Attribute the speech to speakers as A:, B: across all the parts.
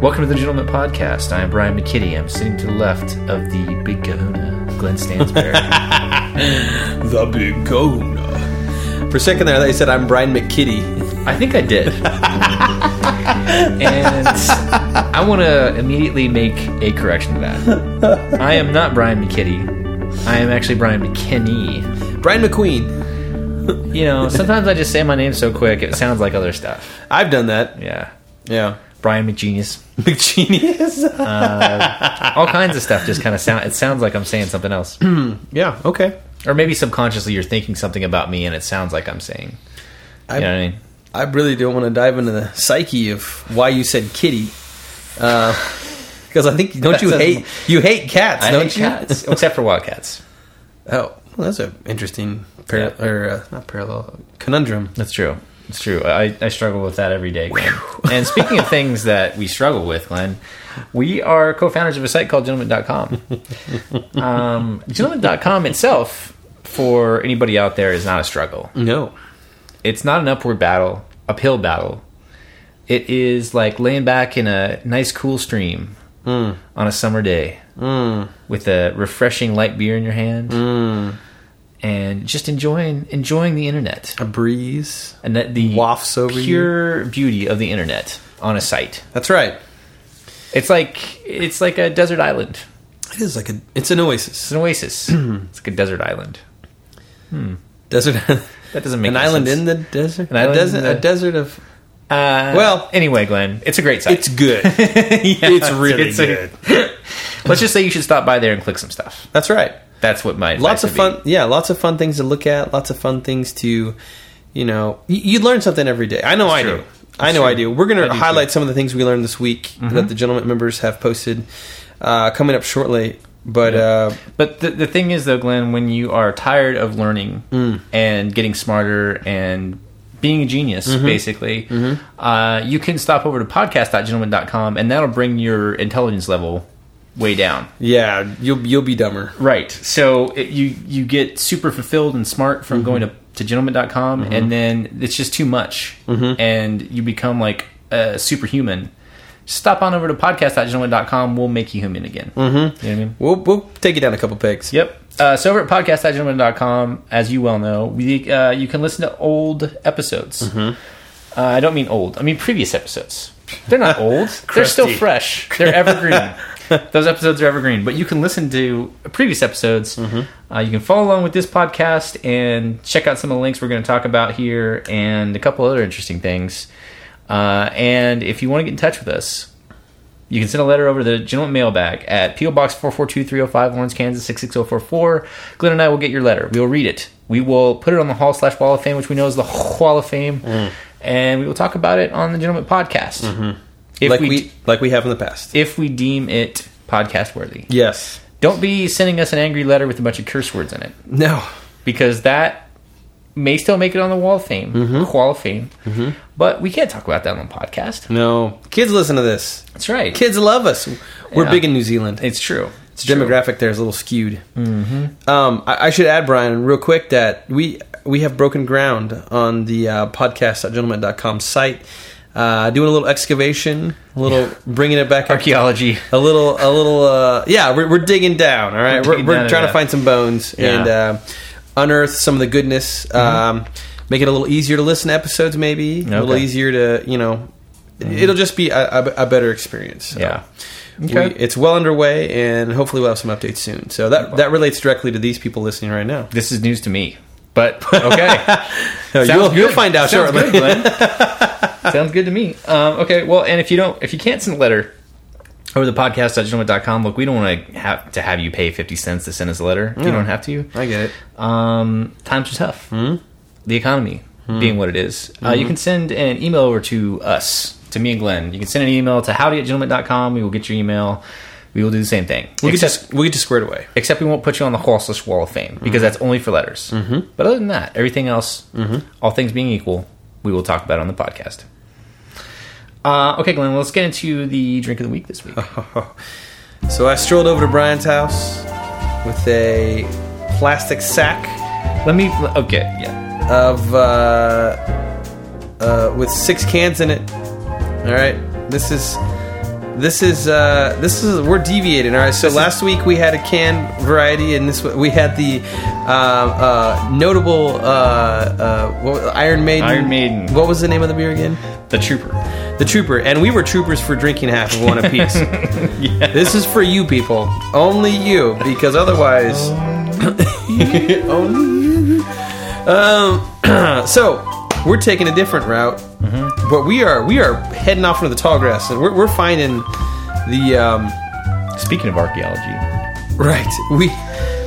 A: Welcome to the Gentleman Podcast. I am Brian McKitty. I'm sitting to the left of the big kahuna, Glenn Stansberry.
B: The Big Kahuna. For a second there, I thought you said I'm Brian McKitty.
A: I think I did. and I want to immediately make a correction to that. I am not Brian McKitty. I am actually Brian McKinney.
B: Brian McQueen.
A: You know, sometimes I just say my name so quick it sounds like other stuff.
B: I've done that.
A: Yeah.
B: Yeah.
A: Brian McGenius.
B: McGenius.
A: All kinds of stuff just kind of sound it sounds like I'm saying something else.
B: yeah, okay.
A: or maybe subconsciously you're thinking something about me and it sounds like I'm saying.
B: I,
A: You know what I mean?
B: I really don't want to dive into the psyche of why you said kitty. Because I think, don't you
A: That says-
B: hate, you hate cats,
A: I
B: don't
A: hate
B: you?
A: cats, except for wildcats.
B: Oh, well, that's an interesting, par-
A: Yeah.
B: or uh, not parallel, conundrum.
A: That's true. It's true. I, I struggle with that every day. Glenn. and speaking of things that we struggle with, Glenn, we are co founders of a site called gentleman.com. Um, gentleman.com itself, for anybody out there, is not a struggle.
B: No.
A: It's not an upward battle, uphill battle. It is like laying back in a nice, cool stream
B: Hmm.
A: on a summer day with a refreshing light beer in your hand
B: Hmm.
A: and just enjoying enjoying the internet
B: A breeze.
A: and that the
B: Wafts over you.
A: pure beauty of the internet on a site.
B: That's right.
A: It's like it's like a desert island.
B: It is like a, it's an
A: It's
B: oasis.
A: an oasis. it's like a desert island.
B: Desert.
A: That doesn't make
B: an
A: any
B: island
A: sense.
B: in the desert?
A: An island
B: a
A: in
B: desert,
A: the-
B: a desert of
A: Uh,
B: Well-
A: anyway, Glenn, it's a great site.
B: It's good. it's really
A: it's a-
B: good.
A: Let's just say you should stop by there and click some stuff.
B: That's right.
A: That's what my advice
B: Lots of
A: would be.
B: fun. Yeah, lots of fun things to look at. Lots of fun things to, you know, you, you learn something every day. I know I
A: true.
B: do. I know I do. We're going
A: I do
B: to
A: too. Mm-hmm.
B: highlight some of the things we learned this week that the gentleman members have posted uh, coming up shortly. But uh,
A: But the, the thing is, though, Glenn, when you are tired of learning
B: Mm.
A: and getting smarter and being a genius,
B: Mm-hmm.
A: basically, uh, you can stop over to podcast.gentleman.com and that'll bring your intelligence level way down.
B: yeah, you'll you'll be dumber.
A: Right. So it, you you get super fulfilled and smart from going to, to gentleman.com, and then it's just too much. And you become like a superhuman. Stop on over to podcast.gentleman.com. We'll make you human again. Mm-hmm. You know what I mean?
B: We'll we'll take it down a couple pegs.
A: Yep. Uh, so over at podcast.gentleman.com, as you well know, we, uh, you can listen to old episodes. Uh, I don't mean old. I mean previous episodes. They're not old. They're still
B: Crusty.
A: fresh. They're evergreen. Those episodes are evergreen. But you can listen to previous episodes. Uh, you can follow along with this podcast and check out some of the links we're going to talk about here and a couple other interesting things. Uh, and if you want to get in touch with us, you can send a letter over to the Gentleman Mailbag at P.O. Box 442305, Lawrence, Kansas 66044. Glenn and I will get your letter. We will read it. We will put it on the Hall slash Wall of Fame, which we know is the Hall of Fame.
B: Mm.
A: And we will talk about it on the Gentleman Podcast. If,
B: Mm-hmm. like
A: we,
B: we, like we have in the past.
A: if we deem it podcast worthy.
B: yes.
A: Don't be sending us an angry letter with a bunch of curse words in it
B: No.
A: because that may still make it on the Wall of Fame,
B: Mm-hmm.
A: Hall of Fame. But we can't talk about that on the podcast.
B: No. Kids listen to this.
A: That's right.
B: Kids love us. We're
A: Yeah.
B: big in New Zealand.
A: It's true. It's
B: The
A: true.
B: demographic there is a little skewed. Mm-hmm. Um, I, I should add, Brian, real quick that we we have broken ground on the uh, podcast.gentleman.com site, uh, doing a little excavation, a little bringing it back up,
A: Archaeology.
B: a little a little uh, yeah, we're, we're digging down. All right,
A: We're
B: we're,
A: digging
B: we're
A: down to
B: trying to
A: that.
B: find some bones
A: Yeah. Mm-hmm.
B: and uh, unearth some of the goodness. Um, make it a little easier to listen to episodes, maybe a little
A: Okay. Mm-hmm.
B: easier to you know. It'll just be a, a, a better experience. so.
A: Yeah.
B: We, it's well underway, and hopefully we'll have some updates soon. So that that relates directly to these people listening right now.
A: This is news to me. But okay.
B: No,
A: Sounds
B: you'll,
A: good.
B: you'll find out
A: Sounds
B: shortly.
A: Good, Glenn. Sounds good to me. Um, okay, well, and if you don't, if you can't send a letter over the podcast at gentleman.com, look, we don't want to have to have you pay fifty cents to send us a letter. You don't have to.
B: I get it.
A: Um, times are tough.
B: Hmm?
A: The economy being what it is. Uh, you can send an email over to us, to me and Glenn. You can send an email to howdy at gentleman.com. We will get your email. we will do the same thing.
B: We get
A: except,
B: to, we get to squared away.
A: except we won't put you on the Horseless Wall of Fame because that's only for letters. Mm-hmm. But other than that, everything else, all things being equal, we will talk about on the podcast. Uh, okay, Glenn, let's get into the drink of the week this week.
B: So I strolled over to Brian's house with a plastic sack
A: Let me. Okay, yeah.
B: of uh, uh, with six cans in it. All right, this is this is uh, this is we're deviating. All right, so last week we had a can variety, and this we had the uh, uh, notable uh, uh, what, Iron Maiden.
A: Iron Maiden.
B: What was the name of the beer again?
A: The Trooper.
B: The Trooper, and we were troopers for drinking half of one apiece. This is for you people, only you, because otherwise, only you. Um, so we're taking a different route, but we are we are heading off into the tall grass, and we're, we're finding the um,
A: Speaking of archaeology,
B: Right. We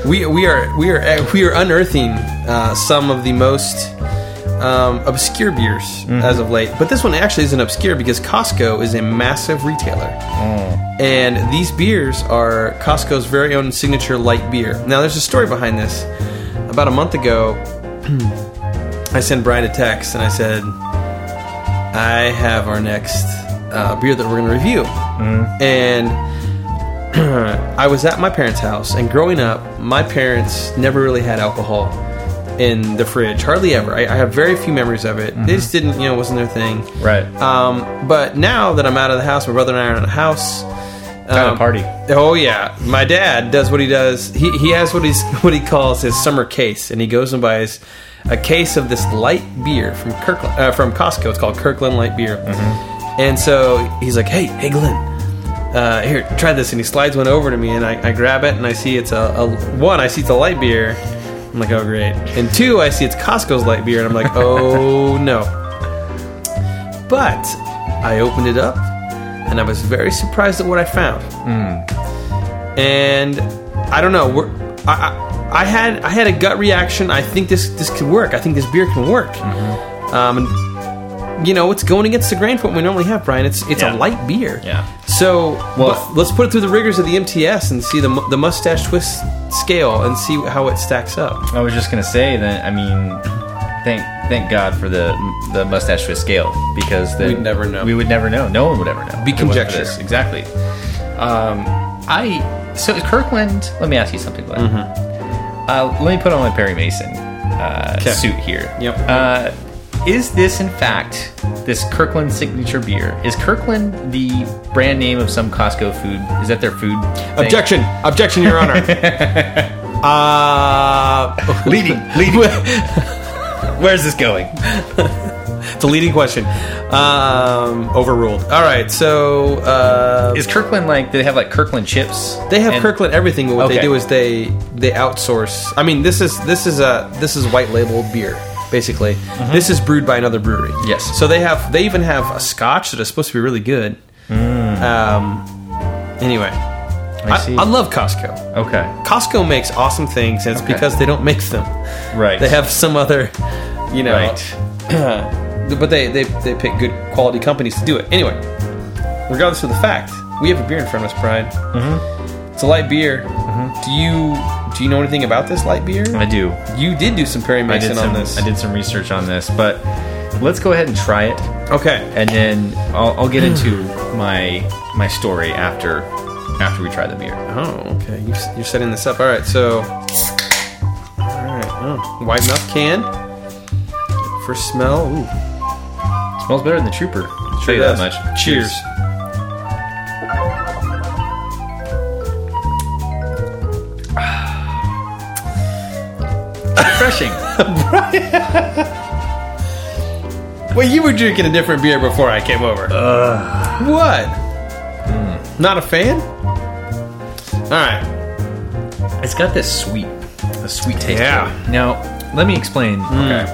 B: we we are we are we are unearthing uh, some of the most um, obscure beers as of late. But this one actually isn't obscure because Costco is a massive retailer, and these beers are Costco's very own signature light beer. Now, there's a story behind this. About a month ago, I sent Brian a text and I said, "I have our next uh, beer that we're going to review," and. I was at my parents' house, and growing up, my parents never really had alcohol in the fridge, hardly ever. I, I have very few memories of it. They just didn't, you know, it wasn't their thing.
A: right?
B: Um, but now that I'm out of the house, my brother and I are in the house. Um,
A: Kinda party.
B: Oh yeah, my dad does what he does. He he has what he's what he calls his summer case, and he goes and buys a case of this light beer from Kirkland uh, from Costco. It's called Kirkland Light Beer,
A: Mm-hmm.
B: and so he's like, "Hey, hey, Glenn, uh, here, try this." And he slides one over to me, and I, I grab it, and I see it's a, a one. I see it's a light beer. I'm like, "Oh great," and two, I see it's Costco's light beer, and I'm like, "Oh no." But I opened it up and I was very surprised at what I found.
A: Hmm.
B: And I don't know. We're, I, I, I had I had a gut reaction. I think this this could work. I think this beer can work.
A: Mm-hmm.
B: Um, and you know, it's going against the grain from what we normally have, Brian. It's it's
A: Yeah.
B: a light beer.
A: Yeah.
B: So
A: Well-
B: but let's put it through the rigors of the MTS and see the mu- the mustache twist scale and see how it stacks up.
A: I was just gonna say that. I mean, thank thank God for the the mustache twist scale because the,
B: We'd never know.
A: We would never know. No one would ever know.
B: Be
A: If it wasn't for
B: conjecture.
A: this. exactly. Um, I so is Kirkland. Let me ask you something, Glenn.
B: Mm-hmm.
A: Uh, let me put on my Perry Mason uh,
B: 'Kay.
A: suit here.
B: Yep.
A: Uh, is this in fact this Kirkland signature beer? Is Kirkland the brand name of some Costco food? Is that their food? thing?
B: Objection! Objection, Your Honor. uh,
A: Leading, leading. Where's this going?
B: It's a leading question. Um, overruled. All right, so uh,
A: Is Kirkland like they have like Kirkland chips?
B: they have
A: And-
B: Kirkland everything, but what they
A: Okay.
B: do is they they outsource. I mean, this is this is a this is white label beer basically. This is brewed by another brewery.
A: Mm-hmm. Yes.
B: So they have they even have a Scotch that is supposed to be really good. Um. Anyway, I,
A: Mm. see.
B: I love Costco.
A: Okay,
B: Costco makes awesome things, and it's
A: Okay.
B: because they don't make them.
A: right.
B: They have some other, you know.
A: Right.
B: but they, they they pick good quality companies to do it. Anyway, regardless of the fact, we have a beer in front of us, Brian. Mm-hmm. It's a light beer. Do you do you know anything about this light beer?
A: Mm-hmm. I do.
B: You did do some Perry
A: I
B: Mason
A: did some.
B: on this.
A: I did some research on this, but let's go ahead and try it,
B: Okay.
A: and then I'll, I'll get into my my story after after we try the beer.
B: Oh, okay. You, you're setting this up. All right. So, all right. Oh, wide mouth can. First smell. Ooh,
A: smells better than the Trooper. I'll tell
B: sure
A: you that
B: does.
A: much.
B: Cheers.
A: Refreshing.
B: Well, you were drinking a different beer before I came over.
A: Uh.
B: What?
A: Hmm.
B: Not a fan? All right.
A: it's got this sweet, a sweet taste. to
B: Yeah.
A: it. Now let me explain. Okay.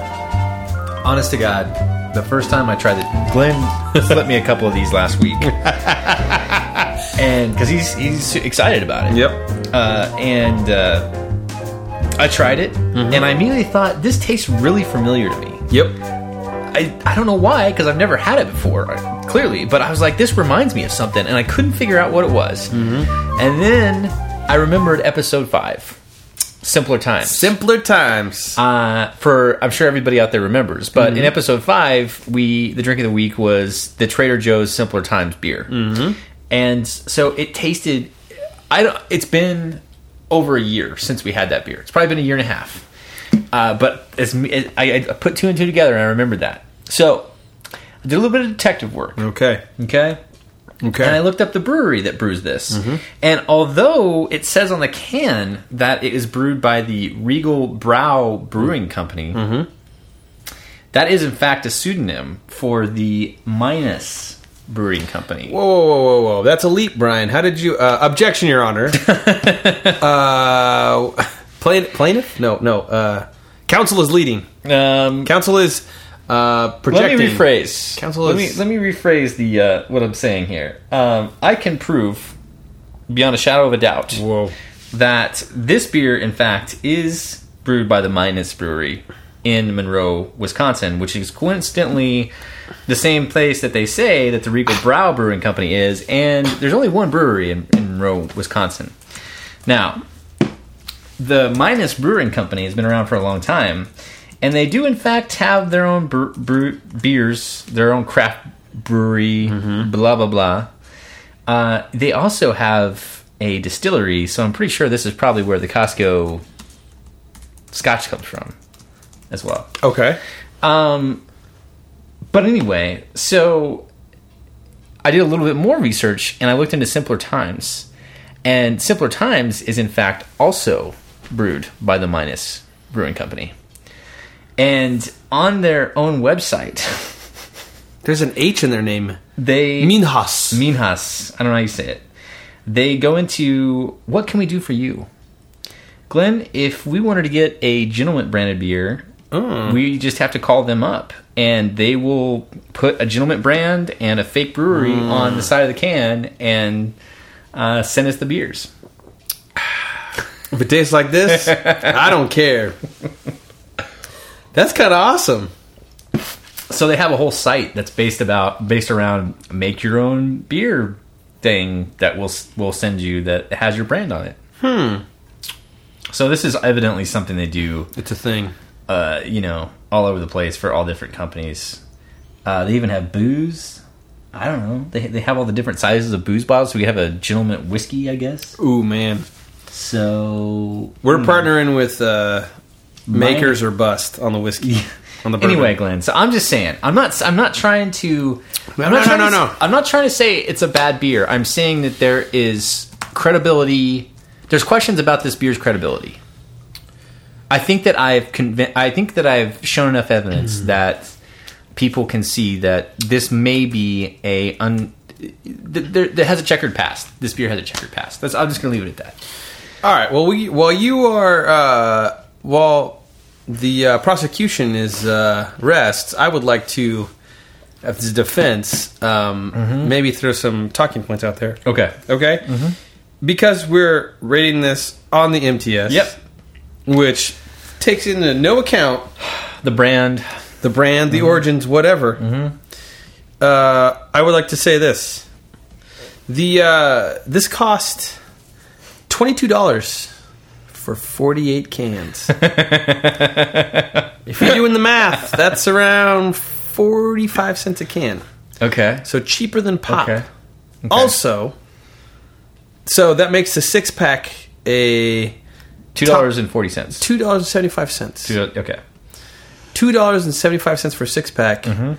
A: Honest to God, the first time I tried it, Glenn slipped me a couple of these last week, and because he's he's excited about it.
B: Yep.
A: uh, and uh, I tried it, and I immediately thought this tastes really familiar to me.
B: Yep.
A: I, I don't know why, because I've never had it before. uh, clearly. But I was like, this reminds me of something, and I couldn't figure out what it was. And then I remembered episode five, simpler times.
B: Simpler times.
A: Uh, for I'm sure everybody out there remembers, but in episode five, we the drink of the week was the Trader Joe's Simpler Times beer, mm-hmm. and so it tasted. I don't. It's been over a year since we had that beer. It's probably been a year and a half. Uh, but as me- it, I, I put two and two together, and I remembered that. So I did a little bit of detective work.
B: okay.
A: Okay.
B: Okay. Mm-hmm.
A: And I looked up the brewery that brews this. And although it says on the can that it is brewed by the Regal Brow Brewing Company,
B: Mm-hmm.
A: that is in fact a pseudonym for the Minus Brewing Company.
B: Whoa, whoa, whoa, whoa, whoa! That's a leap, Brian. How did you? Uh, objection, Your Honor. uh, plain, plaintiff? No, no. Uh, counsel is leading.
A: Um,
B: Counsel is uh,
A: let
B: projecting.
A: me rephrase.
B: Counsel
A: let me
B: is-
A: let me rephrase the uh, what I'm saying here. Um, I can prove beyond a shadow of a doubt
B: Whoa.
A: that this beer, in fact, is brewed by the Minus Brewery in Monroe, Wisconsin, which is coincidentally the same place that they say that the Regal Brow Brewing Company is, and there's only one brewery in, in Monroe, Wisconsin. Now, the Minus Brewing Company has been around for a long time, and they do, in fact, have their own bre- brew- beers, their own craft brewery, blah, blah, blah. Uh, they also have a distillery, so I'm pretty sure this is probably where the Costco scotch comes from as well.
B: Okay.
A: But anyway, so I did a little bit more research and I looked into Simpler Times. And Simpler Times is in fact also brewed by the Minus Brewing Company. And on their own website,
B: There's an H in their name.
A: they
B: Minhas.
A: Minhas. I don't know how you say it. They go into what can we do for you, Glenn? If we wanted to get a gentleman branded beer, we just have to call them up, and they will put a gentleman brand and a fake brewery on the side of the can and uh, send us the beers.
B: if it tastes like this, I don't care. That's kind of awesome.
A: So they have a whole site that's based about based around make your own beer thing that will will send you that has your brand on it. Hmm. So this is evidently something they do
B: It's a thing.
A: uh, you know, all over the place for all different companies. Uh, they even have booze. I don't know. They, they have all the different sizes of booze bottles. We have a gentleman whiskey, I guess.
B: Ooh man, Hmm.
A: So
B: we're partnering with uh, Makers or Bust on the whiskey. On the bourbon.
A: anyway, Glenn. So I'm just saying. I'm not. I'm not trying to.
B: No,
A: I'm
B: no,
A: not trying
B: no,
A: to-
B: no, no.
A: I'm not trying to say it's a bad beer. I'm saying that there is credibility. There's questions about this beer's credibility. I think that I've conv- I think that I've shown enough evidence
B: Mm-hmm.
A: that people can see that this may be a un. th- There, there has a checkered past. This beer has a checkered past. That's, I'm just going to leave it at that.
B: All right. Well, we while you are uh, while the uh, prosecution is uh, rests, I would like to, as the defense, um, maybe throw some talking points out there.
A: Okay.
B: Okay. Because we're rating this on the MTS.
A: Yep.
B: Which takes into no account
A: The brand.
B: the brand, the origins, whatever. Uh, I would like to say this: the uh, this cost twenty two dollars for forty eight cans. if you're doing the math, that's around forty five cents a can.
A: Okay.
B: So cheaper than pop.
A: Okay.
B: Also, so that makes the six pack a
A: Two dollars and forty cents.
B: two dollars and seventy five cents.
A: Okay.
B: two dollars and seventy five cents for a six pack.
A: Mm-hmm.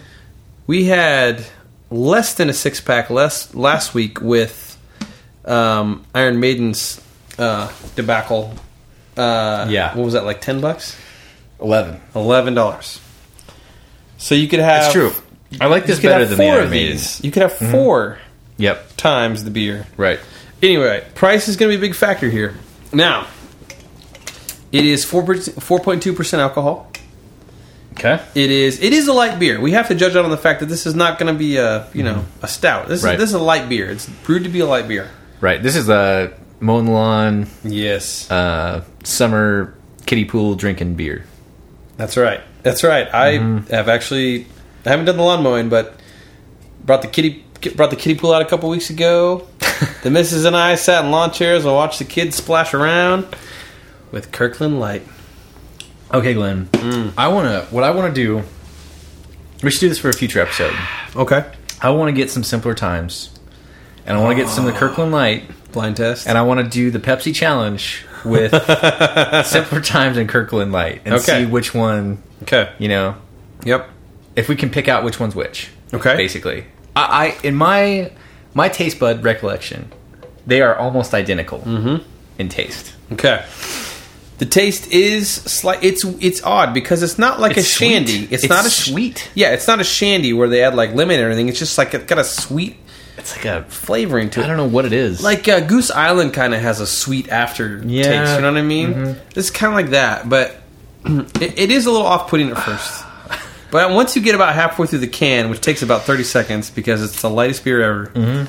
B: We had less than a six pack less last week with um, Iron Maiden's uh, debacle. Uh,
A: Yeah.
B: what was that like? Ten bucks,
A: Eleven.
B: eleven dollars. So you could have.
A: It's true. I like
B: You
A: this
B: could
A: better
B: have
A: than the
B: four of
A: Iron Maiden. Mm-hmm.
B: these. You could have 4
A: Yep.
B: times the beer.
A: Right.
B: Anyway, price is going to be a big factor here. Now, it is four point two percent alcohol.
A: Okay.
B: It is. It is a light beer. We have to judge it on the fact that this is not going to be a you know a stout. This
A: Right.
B: is this is a light beer. It's brewed to be a light beer.
A: Right. This is a mowing the lawn,
B: Yes,
A: uh, summer kiddie pool drinking beer. Mm-hmm.
B: that's right. That's right. I have actually I haven't done the lawn mowing, but Brought the kitty brought the kiddie pool out a couple weeks ago. the missus and I sat in lawn chairs and watched the kids splash around with Kirkland Light.
A: Okay, Glenn. I want to. What I want to do. We should do this for a future episode.
B: Okay.
A: I want to get some simpler times, and I want to get some of the Kirkland Light,
B: Blind test.
A: and I want to do the Pepsi challenge with simpler times and Kirkland Light, and
B: Okay.
A: see which one
B: okay.
A: you know
B: Yep.
A: if we can pick out which one's which.
B: Okay.
A: Basically, I, I in my my taste bud recollection, they are almost identical in taste.
B: Okay. The taste is slight. It's it's odd because it's not like
A: It's
B: a
A: sweet.
B: shandy. It's,
A: It's
B: not a
A: sweet.
B: Yeah, it's not a shandy where they add like lemon and everything. It's just like it's got a sweet
A: It's like a
B: flavoring to it.
A: I don't know what it is.
B: Like uh, Goose Island kind of has a sweet aftertaste.
A: Yeah. Mm-hmm.
B: You know what I mean? It's kind of like that, but it, it is a little off-putting at first. but once you get about halfway through the can, which takes about thirty seconds because it's the lightest beer ever,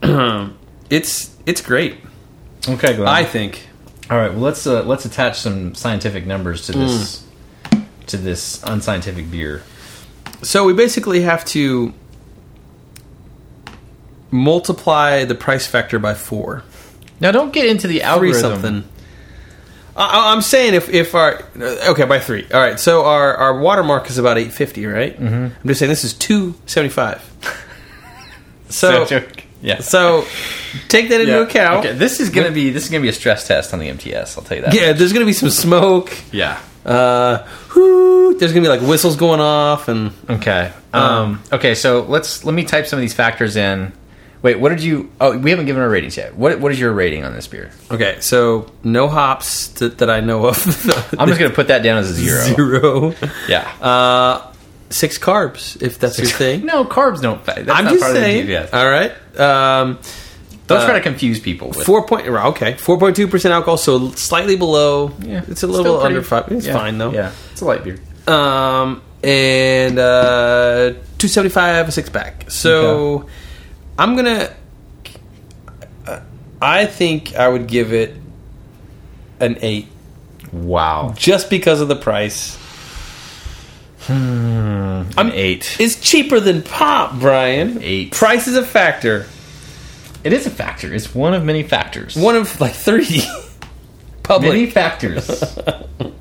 A: Mm-hmm.
B: it's it's great.
A: okay, Glenn.
B: I think.
A: All right, well let's uh, let's attach some scientific numbers to this to this unscientific beer.
B: So we basically have to multiply the price factor by four.
A: Now don't get into the
B: Three
A: algorithm.
B: something. I, I- I'm saying if if our okay by three. All right, so our our watermark is about eight fifty, right? Mm-hmm. I'm just saying this is two seventy five. so
A: yeah.
B: so take that into
A: Yeah.
B: account.
A: Okay, this is gonna be this is gonna be a stress test on the MTS. I'll tell you that.
B: Yeah, there's gonna be some smoke.
A: Yeah.
B: Uh, whoo, there's gonna be like whistles going off and
A: Okay. Um, okay. So let's let me type some of these factors in. Wait, what did you? Oh, we haven't given our ratings yet. What What is your rating on this beer?
B: okay. So no hops that that I know of.
A: I'm just gonna put that down as a zero.
B: zero.
A: Yeah. Um,
B: Uh, six carbs, if that's your thing.
A: no, carbs don't. fa- That's
B: I'm
A: not
B: just
A: part Of
B: saying. uh,
A: the DBS.
B: All right. Um,
A: don't
B: uh,
A: try to confuse people. With,
B: four point. Okay, four point two percent alcohol, so slightly below.
A: Yeah.
B: it's a
A: Still
B: little
A: pretty-
B: under five. It's
A: yeah,
B: fine though.
A: Yeah, it's a light beer.
B: Um, and uh, two seventy five a six pack. So
A: Okay.
B: I'm gonna. uh, I think I would give it an eight
A: Wow.
B: just because of the price.
A: I'm eight.
B: It's cheaper than pop, Brian.
A: Eight.
B: Price is a factor.
A: It is a factor. It's one of many factors.
B: One of like three. Public.
A: many factors.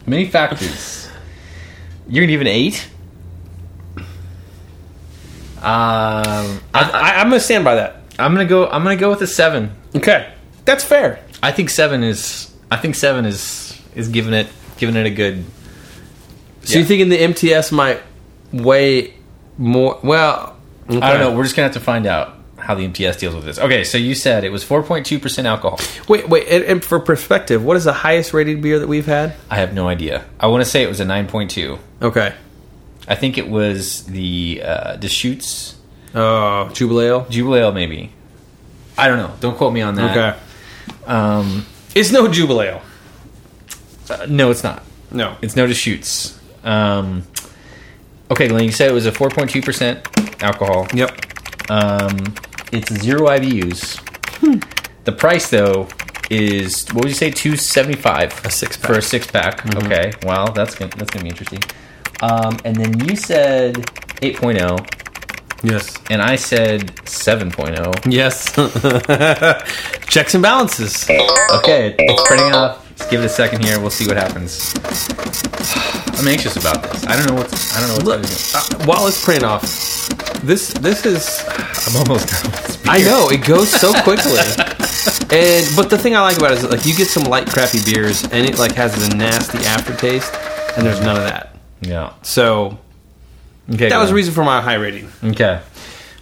A: many factors. You're gonna give it an eight. Um,
B: I, I, I'm gonna stand by that.
A: I'm gonna go. I'm gonna go with a seven.
B: Okay, that's fair.
A: I think seven is. I think seven is is giving it giving it a good.
B: So
A: Yeah.
B: you're thinking the MTS might weigh more? Well,
A: I don't know. We're just gonna have to find out how the MTS deals with this. Okay, so you said it was 4.2 percent alcohol.
B: Wait, wait. And, and for perspective, what is the highest rated beer that we've had?
A: I have no idea. I want to say it was a 9.2.
B: Okay.
A: I think it was the uh, Deschutes
B: Oh, Jubilee Ale.
A: Jubilee Ale, maybe. I don't know. Don't quote me on that.
B: Okay.
A: Um,
B: It's no Jubilee Ale.
A: uh, no, it's not.
B: No.
A: It's no Deschutes. Um, okay, Glenn, you said it was a 4.2 percent alcohol.
B: Yep.
A: Um, it's zero IBUs. The price though is what would you say? Two seventy five
B: A Mm-hmm. six-pack.
A: for a six pack. Okay, wow, that's gonna, that's gonna be interesting. Um, and then you said 8.0,
B: Yes.
A: and I said oh. 7.0.
B: Yes. Checks and balances.
A: Okay, it's printing off. Let's give it a second here. We'll see what happens. I'm anxious about this. I don't know what's I don't know what's
B: Look,
A: happening.
B: uh, while it's print off, this this is
A: I'm almost done. with this
B: I
A: beer.
B: know it goes so quickly, and but the thing I like about it is like you get some light crappy beers and it like has the nasty aftertaste, and there's none of that.
A: Yeah.
B: So
A: Okay.
B: that was the
A: Glenn.
B: reason for my high rating.
A: Okay.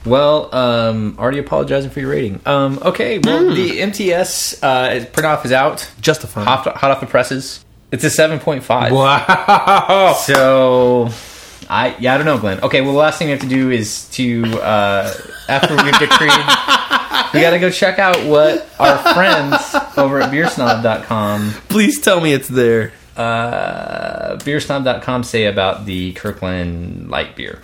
A: Well, um, already apologizing for your rating. Um, okay, well, the MTS uh, print off is out,
B: Justified.
A: hot, hot off the presses. It's a 7.5.
B: Wow.
A: So, I yeah, I don't know, Glenn. Okay, well, the last thing we have to do is to, uh, after we've decreed, we gotta go check out what our friends over at beersnob.com,
B: Please tell me it's there.
A: uh, beersnob.com say about the Kirkland light beer.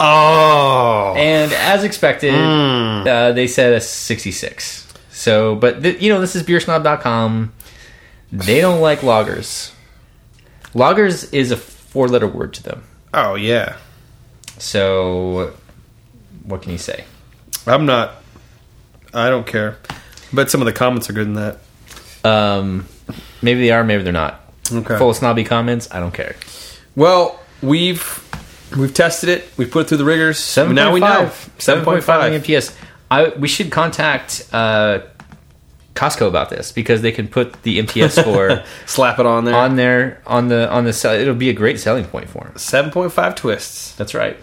B: Oh.
A: and as expected,
B: Hmm.
A: uh, they said a 66. So, but th- you know, this is beersnob.com. They don't like loggers. Loggers is a four letter word to them.
B: Oh yeah.
A: So what can you say?
B: I'm not. I don't care. But some of the comments are good in that.
A: Um, maybe they are, maybe they're not.
B: Okay.
A: Full of snobby comments. I don't care.
B: Well, we've we've tested it. We've put it through the rigors.
A: Seven
B: now we know.
A: Seven point five million PS. I we should contact uh, Costco about this because they can put the MTS score
B: Slap it on there.
A: on their on the on the sell. It'll be a great selling point for them.
B: 7.5 twists.
A: That's right.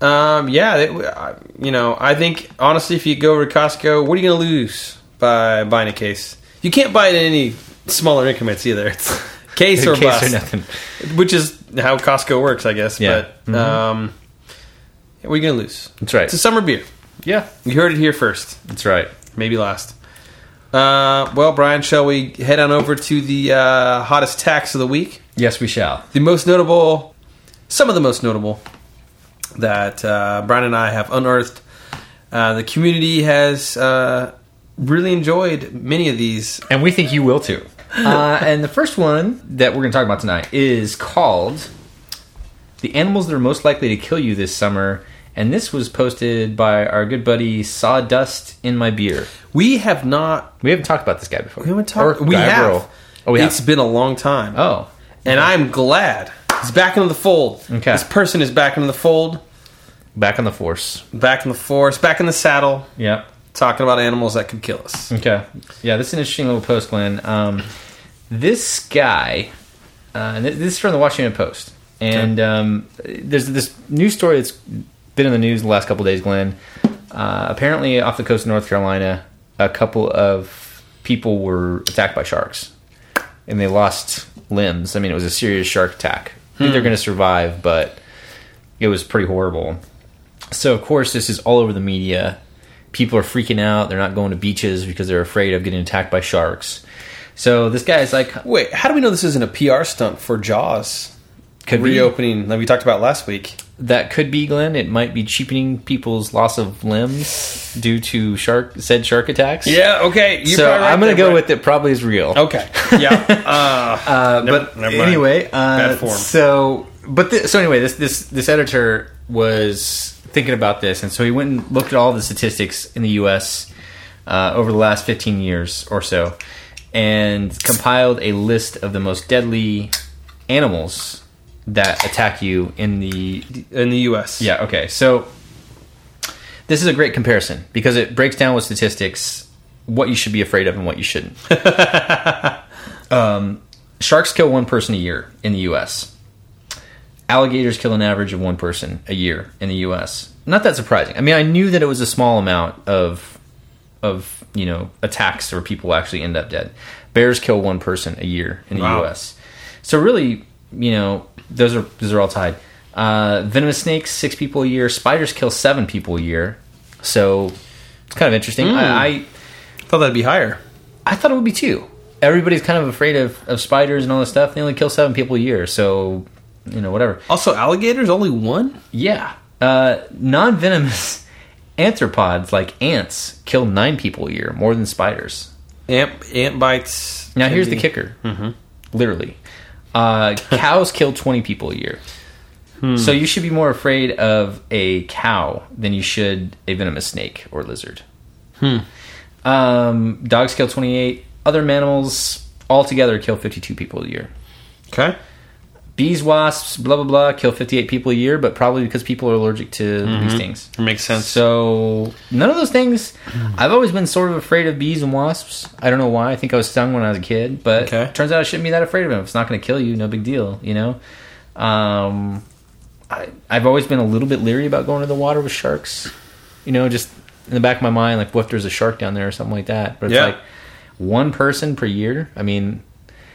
B: Um, yeah, it, I- you know, I think honestly, if you go over to Costco, what are you going to lose by buying a case? You can't buy it in any smaller increments either. It's case or
A: Case
B: bust,
A: or nothing.
B: which is how Costco works, I guess.
A: Yeah. Mm-hmm.
B: But um, what are you going to lose?
A: That's right.
B: It's a summer beer.
A: Yeah,
B: You heard it here first,
A: that's right.
B: maybe last. Uh, well, Brian, shall we head on over to the uh, hottest tax of the week?
A: Yes, we shall.
B: the most notable, some of the most notable that uh, Brian and I have unearthed. Uh, the community has uh, really enjoyed many of these.
A: And we think you will too. Uh, and the first one that we're going to talk about tonight is called The Animals That Are Most Likely to Kill You This Summer. And this was posted by our good buddy Sawdust in My Beer.
B: We have not.
A: We haven't talked about this guy before.
B: We haven't talked.
A: Or
B: we
A: guy or
B: have.
A: girl. Oh, we
B: It's
A: have.
B: been a long time,
A: Oh.
B: and I'm glad it's back into the fold.
A: Okay.
B: This person is back into the fold,
A: Back on the force.
B: back in the forest, back in the saddle,
A: Yep.
B: talking about animals that could kill us.
A: Okay. Yeah, this is an interesting little post, Glenn. Um, this guy, uh, and th- this is from the Washington Post, and um, there's this news story that's been in the news the last couple days, Glenn. Uh, apparently, off the coast of North Carolina, a couple of people were attacked by sharks, and they lost limbs. I mean, it was a serious shark attack. I think They're going to survive, but it was pretty horrible. So of course this is all over the media. People are freaking out. They're not going to beaches because they're afraid of getting attacked by sharks. So this guy is like,
B: Wait, how do we know this isn't a PR stunt for Jaws
A: could be-
B: reopening that we talked about last week?
A: that could be Glenn. It might be cheapening people's loss of limbs due to shark said shark attacks.
B: Yeah. Okay. You're
A: so
B: probably right
A: I'm gonna
B: there,
A: go
B: Brian.
A: with it. Probably is real.
B: Okay. Yeah. Uh, never-
A: Oh, but
B: never mind.
A: anyway, uh,
B: Bad form.
A: so but th- so anyway, this this this editor was thinking about this, and so he went and looked at all the statistics in the U.S. Uh, over the last 15 years or so, and compiled a list of the most deadly animals that attack you in the
B: in the U.S.
A: yeah, okay. So this is a great comparison because it breaks down with statistics what you should be afraid of and what you shouldn't. um, sharks kill one person a year in the U.S. Alligators kill an average of one person a year in the U.S. Not that surprising. I mean, I knew that it was a small amount of of you know attacks where people actually end up dead. Bears kill one person a year in the
B: Wow.
A: U.S. So really, you know, those are those are all tied. Uh, venomous snakes, six people a year. Spiders kill seven people a year. So it's kind of interesting. I, I
B: Thought that'd be higher.
A: I thought it would be two. Everybody's kind of afraid of, of spiders and all this stuff. They only kill seven people a year, so you know whatever.
B: Also, alligators only one.
A: Yeah. Uh, non venomous anthropods like ants kill nine people a year, more than spiders.
B: Ant ant bites.
A: Now,
B: can
A: here's the
B: be-
A: kicker literally uh, cows kill 20 people a year. So you should be more afraid of a cow than you should a venomous snake or lizard. Um, dogs kill 28. Other mammals altogether kill 52 people a year.
B: Okay.
A: Bees, wasps, blah, blah, blah, kill 58 people a year, but probably because people are allergic to bee stings.
B: Mm-hmm. Makes sense.
A: So none of those things. I've always been sort of afraid of bees and wasps. I don't know why. I think I was stung when I was a kid, but
B: Okay.
A: turns out I shouldn't be that afraid of them. If it's not going to kill you, no big deal. You know. Um, I, I've always been a little bit leery about going to the water with sharks. You know, just in the back of my mind, like what if there's a shark down there or something like that. But it's
B: Yeah.
A: like one person per year. I mean,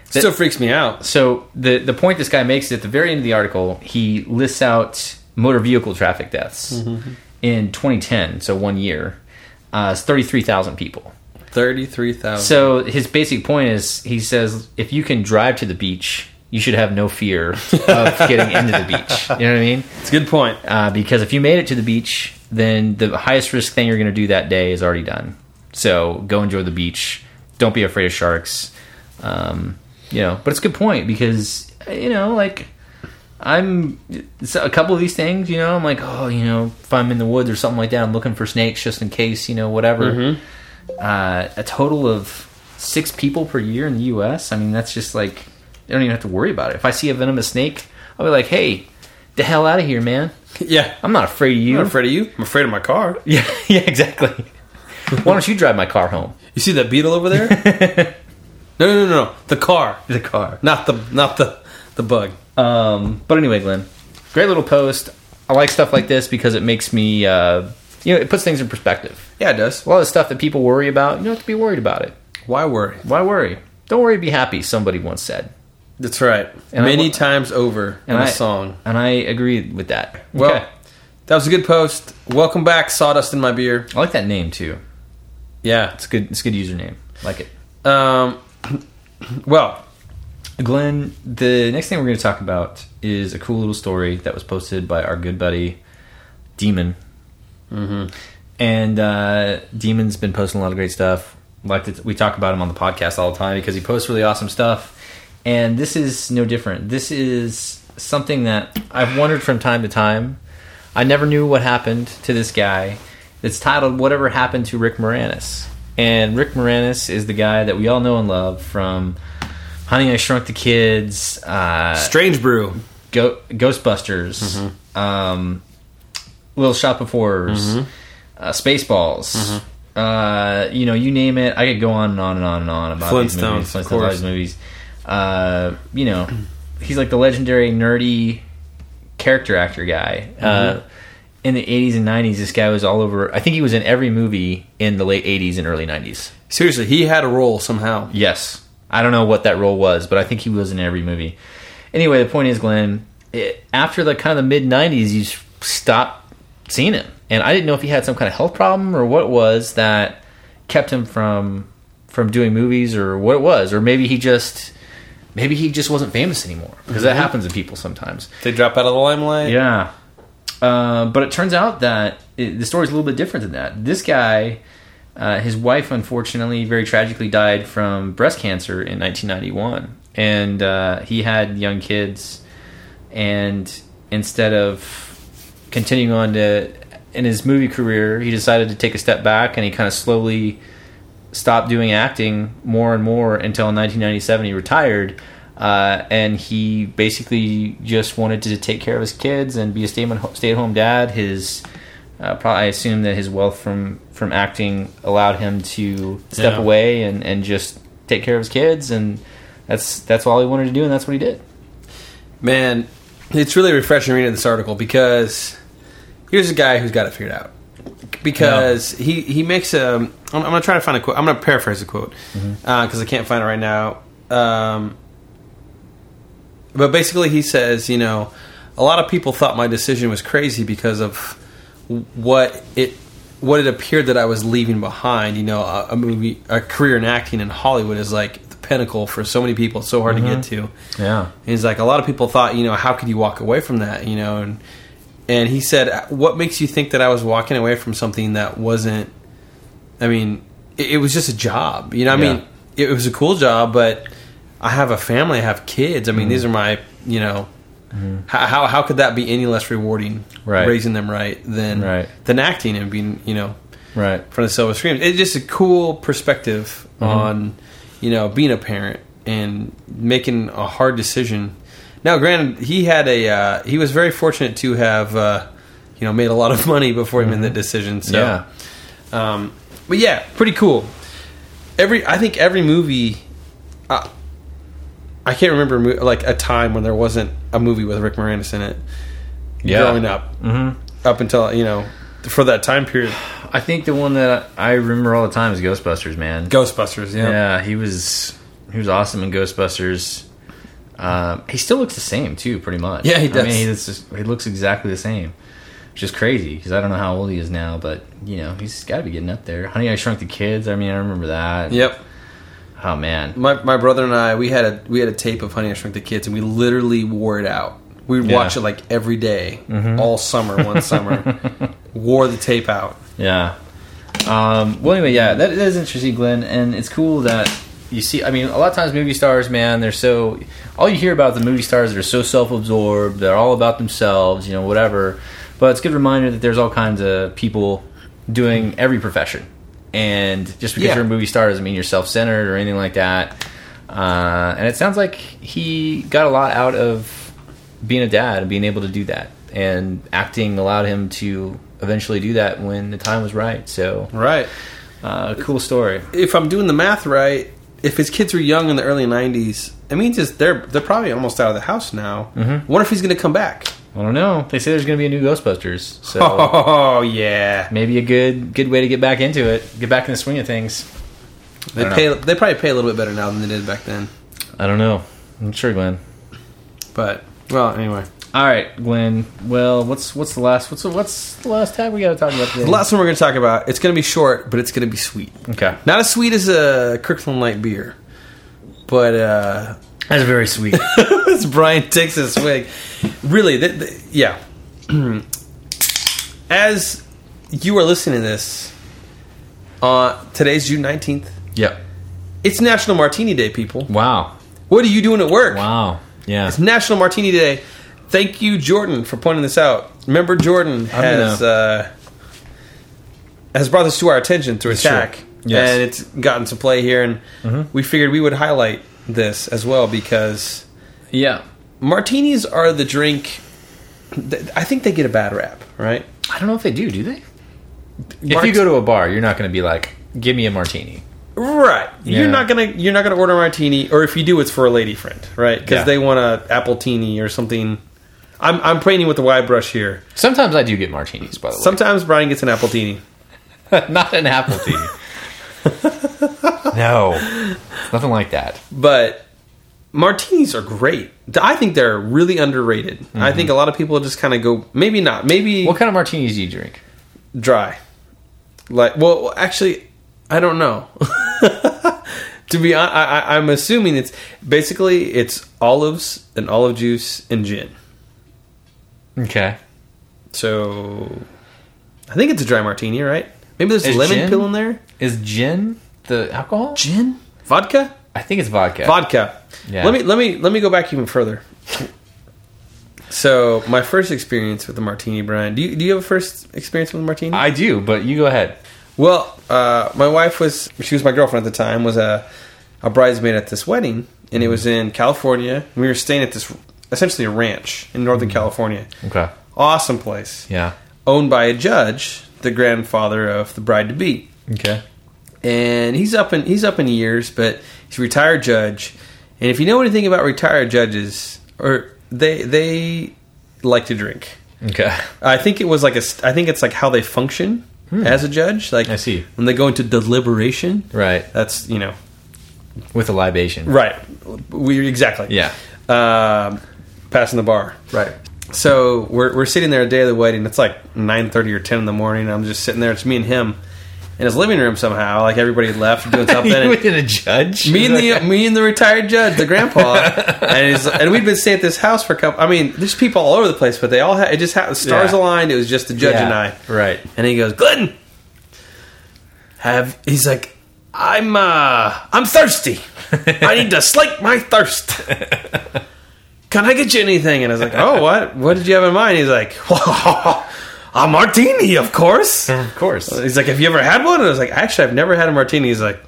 B: Still freaks me out.
A: so the the point this guy makes at the very end of the article, he lists out motor vehicle traffic deaths in 2010, so one year, uh, it's 33,000 people.
B: Thirty-three thousand.
A: So his basic point is, he says, if you can drive to the beach, you should have no fear of getting into the beach. You know what I mean?
B: It's a good point.
A: Uh, because if you made it to the beach, then the highest risk thing you're going to do that day is already done. So go enjoy the beach. Don't be afraid of sharks. Um, you know, but it's a good point because you know, like I'm so a couple of these things, you know. I'm like, oh, you know, if I'm in the woods or something like that, I'm looking for snakes just in case, you know, whatever. Uh, a total of six people per year in the U.S. I mean, that's just like I don't even have to worry about it. If I see a venomous snake, I'll be like, hey, the hell out of here, man!
B: Yeah.
A: I'm not afraid of you.
B: I'm not afraid of you. I'm afraid of my car.
A: Yeah, yeah, exactly. Why don't you drive my car home?
B: You see that beetle over there? no, no, no, no. The car,
A: The car.
B: not the not the the bug.
A: Um, but anyway, Glenn, great little post. I like stuff like this because it makes me, uh, you know, it puts things in perspective.
B: Yeah, it does.
A: A lot of stuff that people worry about, you don't have to be worried about it.
B: Why worry?
A: Why worry? Don't worry, be happy. Somebody once said,
B: That's right.
A: And I
B: Many
A: wa-
B: times over in
A: I-
B: a song.
A: and I agree with that.
B: Well,
A: Okay.
B: that was a good post. Welcome back, sawdust in my beer.
A: I like that name too.
B: Yeah.
A: It's good. It's a good username. Like it.
B: Um. Well,
A: Glenn, the next thing we're going to talk about is a cool little story that was posted by our good buddy Demon. And uh, Demon's been posting a lot of great stuff. Like to, we talk about him on the podcast all the time because he posts really awesome stuff. And this is no different. This is something that I've wondered from time to time. I never knew what happened to this guy. It's titled "Whatever Happened to Rick Moranis." And Rick Moranis is the guy that we all know and love from Honey, I Shrunk the Kids, uh,
B: strange brew.
A: Go- Ghostbusters,
B: Mm-hmm.
A: um, Little Shop of Horrors, uh, Spaceballs.
B: Mm-hmm.
A: Uh, you know, you name it. I could go on and on and on and on about these
B: Flintstones,
A: movies.
B: of course.
A: all these movies. Uh, you know, he's like the legendary nerdy character actor guy. Uh,
B: Mm-hmm.
A: in the 80s and 90s, this guy was all over. I think he was in every movie in the late 80s and early 90s.
B: Seriously, he had a role somehow.
A: Yes. I don't know what that role was, but I think he was in every movie. Anyway, the point is, Glenn, it, after the kind of the mid 90s, you s- stopped seeing him. And I didn't know if he had some kind of health problem or what it was that kept him from from doing movies or what it was or maybe he just maybe he just wasn't famous anymore because that happens to people sometimes.
B: They drop out of the limelight.
A: Yeah. Uh, but it turns out that it, the story's a little bit different than that. This guy, uh, his wife, unfortunately, very tragically died from breast cancer in 1991. And uh, he had young kids. And instead of continuing on to in his movie career, he decided to take a step back and he kind of slowly stopped doing acting more and more until in 1997 he retired. Uh, and he basically just wanted to take care of his kids and be a stay at home dad. His uh, pro I assume that his wealth from, from acting allowed him to step
B: Yeah.
A: away and, and just take care of his kids. And that's that's all he wanted to do, and that's what he did.
B: Man, it's really refreshing reading this article because here's a guy who's got it figured out. Because he, he makes a. I'm, I'm going to try to find a quote. I'm going to paraphrase a quote because I can't find it right now. Um, but basically, he says, you know, a lot of people thought my decision was crazy because of what it what it appeared that I was leaving behind. You know, a, a movie, a career in acting in Hollywood is like the pinnacle for so many people. It's so hard to get to.
A: Yeah.
B: And He's like, a lot of people thought, you know, how could you walk away from that, you know? And and he said, what makes you think that I was walking away from something that wasn't? I mean, it, it was just a job, you know. I
A: Yeah.
B: mean, it, was a cool job, but I have a family, I have kids. I mean, these are
A: Mm-hmm.
B: my, you know, how, how how could that be any less rewarding?
A: Right.
B: raising them right than
A: Right.
B: than acting and being, you know,
A: Right.
B: front of silver screams. It's just a cool perspective
A: Mm-hmm.
B: on you know being a parent and making a hard decision. Now, granted, he had a uh, he was very fortunate to have uh, you know made a lot of money before he made that decision. So,
A: Mm-hmm. Yeah.
B: um, but yeah, pretty cool. Every I think every movie. Uh, I can't remember a mo- like a time when there wasn't a movie with Rick Moranis in it.
A: Yeah.
B: Growing up,
A: Mm-hmm.
B: up until you know, for that time period,
A: I think the one that I remember all the time is Ghostbusters, man.
B: Ghostbusters.
A: Yeah, he was he was awesome in Ghostbusters. Um, he still looks the same too, pretty much.
B: Yeah, he
A: I
B: does.
A: mean, he's just, he looks exactly the same, which is crazy because I don't know how old he is now, but you know he's got to be getting up there. Honey, I Shrunk the Kids. I mean, I remember that.
B: Yep.
A: Oh man.
B: my, my brother and I we had a we had a tape of Honey I Shrunk the Kids and we literally wore it out. We'd
A: Yeah.
B: watch it like every day, all summer. One summer, wore the tape out.
A: Yeah. Um, well, anyway, yeah, that, that is interesting, Glenn, and it's cool that you see, I mean, a lot of times movie stars, man, they're so. All you hear about the movie stars that are so self absorbed, they're all about themselves, you know, whatever. But it's a good reminder that there's all kinds of people doing every profession. And just because
B: Yeah.
A: you're a movie star doesn't mean you're self centered or anything like that. Uh, and it sounds like he got a lot out of being a dad and being able to do that. And acting allowed him to eventually do that when the time was right. So,
B: Right.
A: uh, cool story.
B: If I'm doing the math right, if his kids were young in the early '90s, it means it's, they're they're probably almost out of the house now. Mm-hmm. Wonder if he's going to come back.
A: I don't know. They say there's going to be a new Ghostbusters, so
B: Oh yeah.
A: maybe a good good way to get back into it, get back in the swing of things.
B: They
A: I don't
B: pay. They probably pay a little bit better now than they did back then.
A: I don't know. I'm sure, Glenn.
B: But well, anyway,
A: All right, Glenn. Well, what's what's the last what's the, what's the last tab we got to talk about today?
B: the last one we're going to talk about. It's going to be short, but it's going to be sweet.
A: Okay,
B: Not as sweet as a Kirkland Light beer, but uh,
A: that's very sweet.
B: as Brian takes a swig, really, th- th- yeah. as you are listening to this, uh, today's June nineteenth.
A: yep.
B: It's National Martini Day, people.
A: Wow.
B: What are you doing at work?
A: Wow. Yeah.
B: It's National Martini Day. Thank you, Jordan, for pointing this out. Remember, Jordan has uh, has brought this to our attention through
A: true.
B: attack,
A: Yes. Mm-hmm.
B: and it's gotten some play here. And we figured we would highlight this as well because
A: Yeah.
B: martinis are the drink. th- I think they get a bad rap, right?
A: I don't know if they do. Do they? if
B: Mart-
A: you go to a bar, you're not going to be like, "Give me a martini."
B: Right.
A: Yeah.
B: You're not gonna you're not gonna order a martini, or if you do, it's for a lady friend, right? Because
A: Yeah.
B: they want a apple teeny or something. I'm I'm painting with a wide brush here.
A: Sometimes I do get martinis, by the way.
B: Sometimes Brian gets an apple teeny.
A: not an apple tea. no, nothing like that.
B: but martinis are great. I think they're really underrated. I
A: Mm-hmm.
B: think a lot of people just kind of go, maybe not, maybe
A: What kind of martinis do you drink?
B: dry. Like, well, well, actually, I don't know. to be honest, I, I, I'm assuming it's basically it's olives and olive juice and gin.
A: Okay.
B: So, I think it's a dry martini, right? Maybe there's
A: Is
B: lemon
A: gin-
B: peel in there.
A: Is gin the alcohol?
B: Gin, vodka,
A: I think it's vodka.
B: vodka.
A: Yeah.
B: Let me let me let me go back even further. So my first experience with the martini, Brian. Do you do you have a first experience with a martini?
A: I do, but you go ahead.
B: well, uh, my wife was she was my girlfriend at the time was a a bridesmaid at this wedding, and it was in California. We were staying at this essentially a ranch in Northern California.
A: Okay.
B: Awesome place,
A: Mm. Yeah.
B: owned by a judge, the grandfather of the bride to be.
A: Okay.
B: and he's up in he's up in years, but he's a retired judge. And if you know anything about retired judges, or they they like to drink.
A: Okay.
B: I think it was like a st- I think it's like how they function as a judge. Like
A: Hmm. I see.
B: when they go into deliberation,
A: Right.
B: that's you know
A: With a libation.
B: right. We exactly
A: Yeah.
B: Um, passing the bar
A: Right.
B: so we're, we're sitting there a day of the wedding it's like 9.30 or 10 in the morning i'm just sitting there it's me and him in his living room somehow like everybody left doing something
A: you
B: and-
A: within a judge?
B: me and the me and the retired judge, the grandpa, and he's, and we'd been staying at this house for a couple. I mean, there's people all over the place, but they all had it just had the stars
A: Yeah.
B: aligned. It was just the judge and I,
A: Right.
B: and he goes, "Glidden, have he's like, I'm uh, I'm thirsty. I need to slake my thirst. Can I get you anything?" And I was like, "Oh, what? What did you have in mind?" He's like, "A martini, of course."
A: Of course.
B: He's like, "Have you ever had one?" And I was like, "Actually, I've never had a martini." He's like,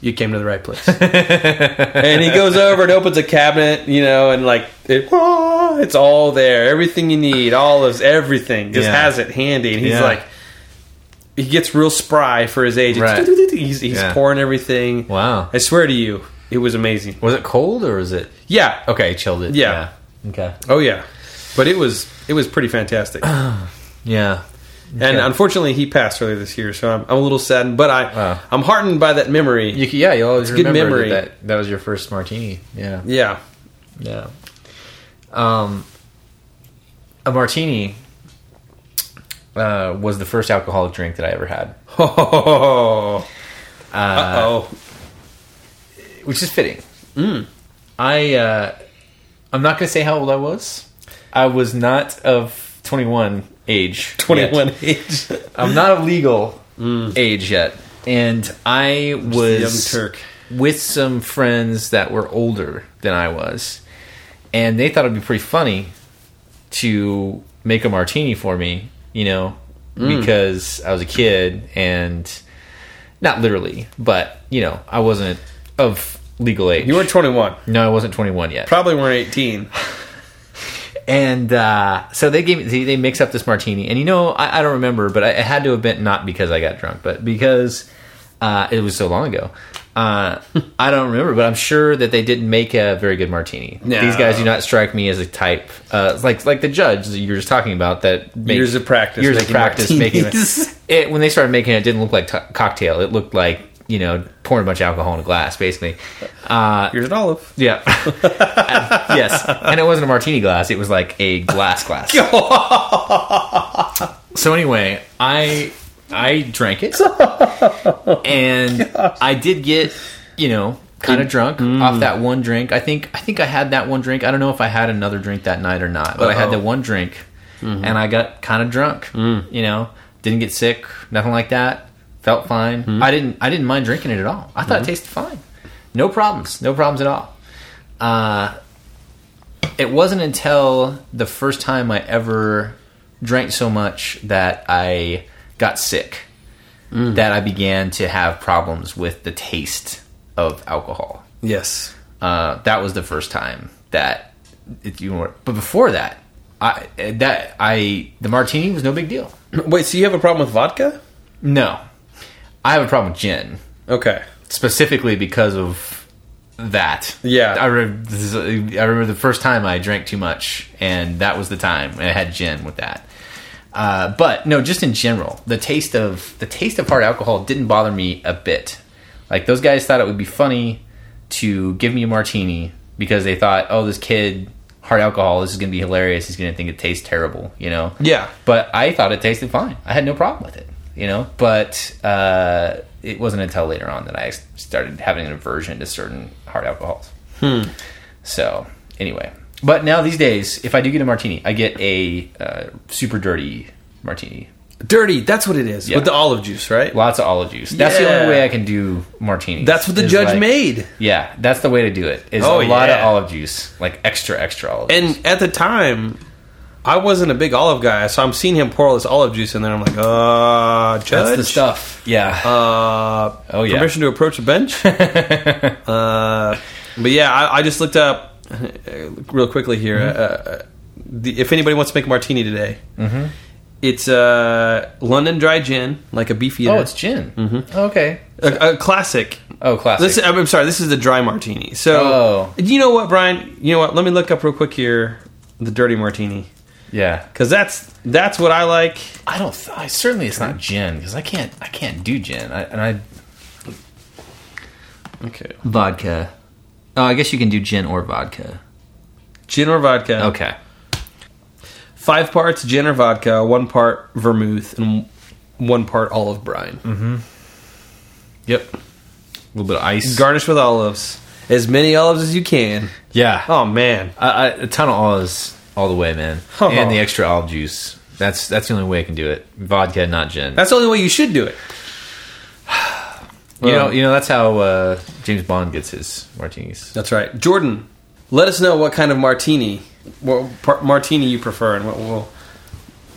B: "You came to the right place." and he goes over and opens a cabinet, you know, and like it, ah, it's all there, everything you need, olives, everything, just
A: Yeah.
B: has it handy. And he's
A: Yeah.
B: like, he gets real spry for his age.
A: Right.
B: He's, he's
A: Yeah.
B: pouring everything.
A: Wow.
B: I swear to you, it was amazing.
A: Was it cold or was it?
B: Yeah.
A: Okay, chilled it.
B: Yeah.
A: Okay.
B: Oh yeah. But it was it was pretty fantastic.
A: Uh, Yeah.
B: And unfortunately, he passed earlier this year, so I'm, I'm a little saddened. But I
A: Wow.
B: I'm heartened by that memory.
A: You, c- yeah, you always
B: good
A: remember
B: memory.
A: That, that that was your first martini. Yeah.
B: yeah.
A: Yeah. Um, a martini uh, was the first alcoholic drink that I ever had,
B: Oh.
A: uh,
B: oh.
A: which is fitting.
B: Mm.
A: I uh, I'm not going to say how old I was. I was not of 21 age. yet.
B: 21 age.
A: I'm not of legal age yet, and I was
B: Mm. Young Turk.
A: with some friends that were older than I was, and they thought it'd be pretty funny to make a martini for me, you know,
B: Mm.
A: because I was a kid and not literally, but you know, I wasn't of legal age.
B: You were 21.
A: no, I wasn't 21 yet.
B: Probably weren't 18.
A: And uh, so they gave they, they mix up this martini, and you know I, I don't remember, but I, it had to have been not because I got drunk, but because uh, it was so long ago. Uh, I don't remember, but I'm sure that they didn't make a very good martini.
B: No.
A: These guys do not strike me as a type, uh, it's like like the judge that you were just talking about that make,
B: Years of practice
A: years of
B: making
A: practice
B: martinis.
A: making it. When they started making it, it didn't look like t- cocktail. It looked like you know pouring a bunch of alcohol in a glass, basically. Uh,
B: Here's an olive.
A: yeah. And- yes. And it wasn't a martini glass, it was like a glass glass. so anyway, I I drank it. And I did get, you know, kind of drunk off that one drink. I think I think I had that one drink. I don't know if I had another drink that night or not, but I had
B: Uh-oh.
A: that one drink and I got kind of drunk, you know. Didn't get sick, nothing like that. Felt fine. I didn't I didn't mind drinking it at all. I thought it tasted fine. No problems. No problems at all uh, it wasn't until the first time I ever drank so much that I got sick that I began to have problems with the taste of alcohol.
B: Yes.
A: Uh, that was the first time that it, you were. But before that, I that I the martini was no big deal.
B: Wait, so you have a problem with vodka?
A: No, I have a problem with gin
B: Okay.
A: specifically because of that.
B: Yeah.
A: I, re- this is- I remember the first time I drank too much, and that was the time and I had gin with that. Uh, but no, just in general, the taste of the taste of hard alcohol didn't bother me a bit. Like those guys thought it would be funny to give me a martini because they thought, oh, this kid hard alcohol, this is going to be hilarious. He's going to think it tastes terrible, you know?
B: Yeah.
A: But I thought it tasted fine. I had no problem with it, you know. But uh, it wasn't until later on that I started having an aversion to certain hard alcohols.
B: Hmm.
A: So anyway, but now these days, if I do get a martini, I get a uh, super dirty martini.
B: Dirty, that's what it is.
A: Yeah.
B: With the olive juice, right?
A: Lots of olive juice. That's the
B: Yeah.
A: only way I can do martinis.
B: That's what the
A: is
B: judge
A: like-
B: made.
A: Yeah, that's the way to do it. Is
B: Oh,
A: a lot of
B: yeah.
A: olive juice, like extra extra olive. juice.
B: And at the time, I wasn't a big olive guy, so I'm seeing him pour all this olive juice in there. I'm like, uh, judge.
A: that's the stuff. Yeah.
B: Uh,
A: Oh, yeah.
B: Permission to approach the bench. uh, but yeah, I, I just looked up uh, real quickly here.
A: Mm-hmm.
B: Uh, uh, the, if anybody wants to make a martini today, it's uh, London dry gin, like a beef eater.
A: oh, it's gin.
B: Mm-hmm.
A: Okay.
B: a, a classic.
A: Oh, classic.
B: This, I'm I'm sorry. This is the dry martini. So,
A: Oh.
B: you know what, Brian? You know what? Let me look up real quick here the dirty martini
A: yeah.
B: because that's that's what I like.
A: I don't. Th- I certainly it's not gin because I can't. I can't do gin. I, and I
B: Okay,
A: vodka. Oh, I guess you can do gin or vodka.
B: gin or vodka.
A: Okay.
B: Five parts gin or vodka, one part vermouth, and one part olive brine.
A: Mm-hmm. Yep. A little bit of ice.
B: Garnish with olives. As many olives as you can.
A: yeah.
B: Oh, man.
A: I, I, a ton of olives all the way, man.
B: Oh.
A: And the extra olive juice. That's that's the only way I can do it. Vodka, not gin.
B: That's the only way you should do it.
A: you know. You know. That's how uh, James Bond gets his martinis.
B: That's right. Jordan, let us know what kind of martini, what par- martini you prefer, and what we'll.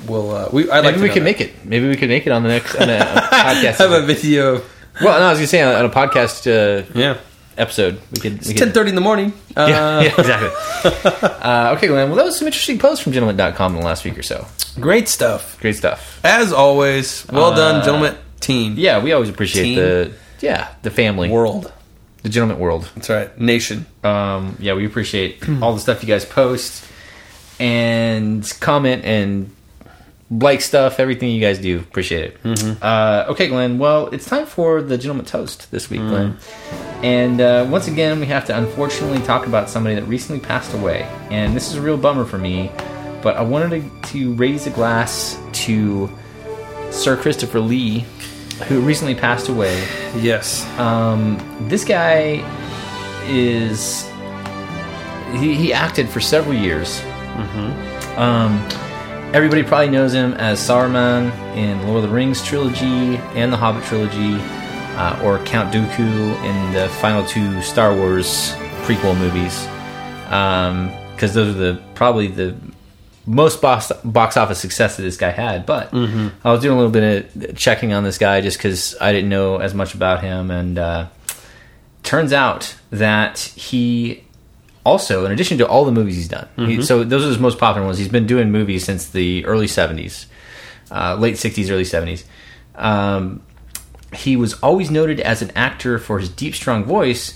B: we'll uh, we, I'd
A: Maybe
B: like to
A: we
B: know
A: can
B: that.
A: make it. Maybe we could make it on the next on a podcast.
B: have a video.
A: well, no, I was gonna say on, on a podcast uh,
B: Yeah.
A: episode we could. We
B: It's
A: could
B: 10.30 in the morning.
A: Yeah,
B: Uh,
A: yeah, exactly. uh, okay, Glenn. Well, that was some interesting posts from gentleman.com in the last week or so.
B: Great stuff.
A: Great stuff.
B: As always, well done,
A: Uh,
B: gentlemen. Team.
A: Yeah, we always appreciate
B: Team.
A: the yeah the family,
B: World.
A: the gentleman world.
B: That's right. Nation.
A: Um, yeah, we appreciate all the stuff you guys post and comment and like stuff. Everything you guys do, appreciate it. Uh, okay, Glenn. Well, it's time for the gentleman toast this week, Glenn. And uh, once again, we have to unfortunately talk about somebody that recently passed away, and this is a real bummer for me. But I wanted to, to raise a glass to Sir Christopher Lee, who recently passed away.
B: Yes.
A: Uh, This guy is he, he acted for several years. Um, everybody probably knows him as Saruman in Lord of the Rings trilogy and the Hobbit trilogy. uh, or Count Dooku in the final two Star Wars prequel movies, because those are the probably the most box box office success that this guy had. But I was doing a little bit of checking on this guy just because I didn't know as much about him, and uh, turns out that he also, in addition to all the movies he's done, he- so those are his most popular ones. He's been doing movies since the early '70s, uh, late '60s, early '70s. Um, he was always noted as an actor for his deep, strong voice,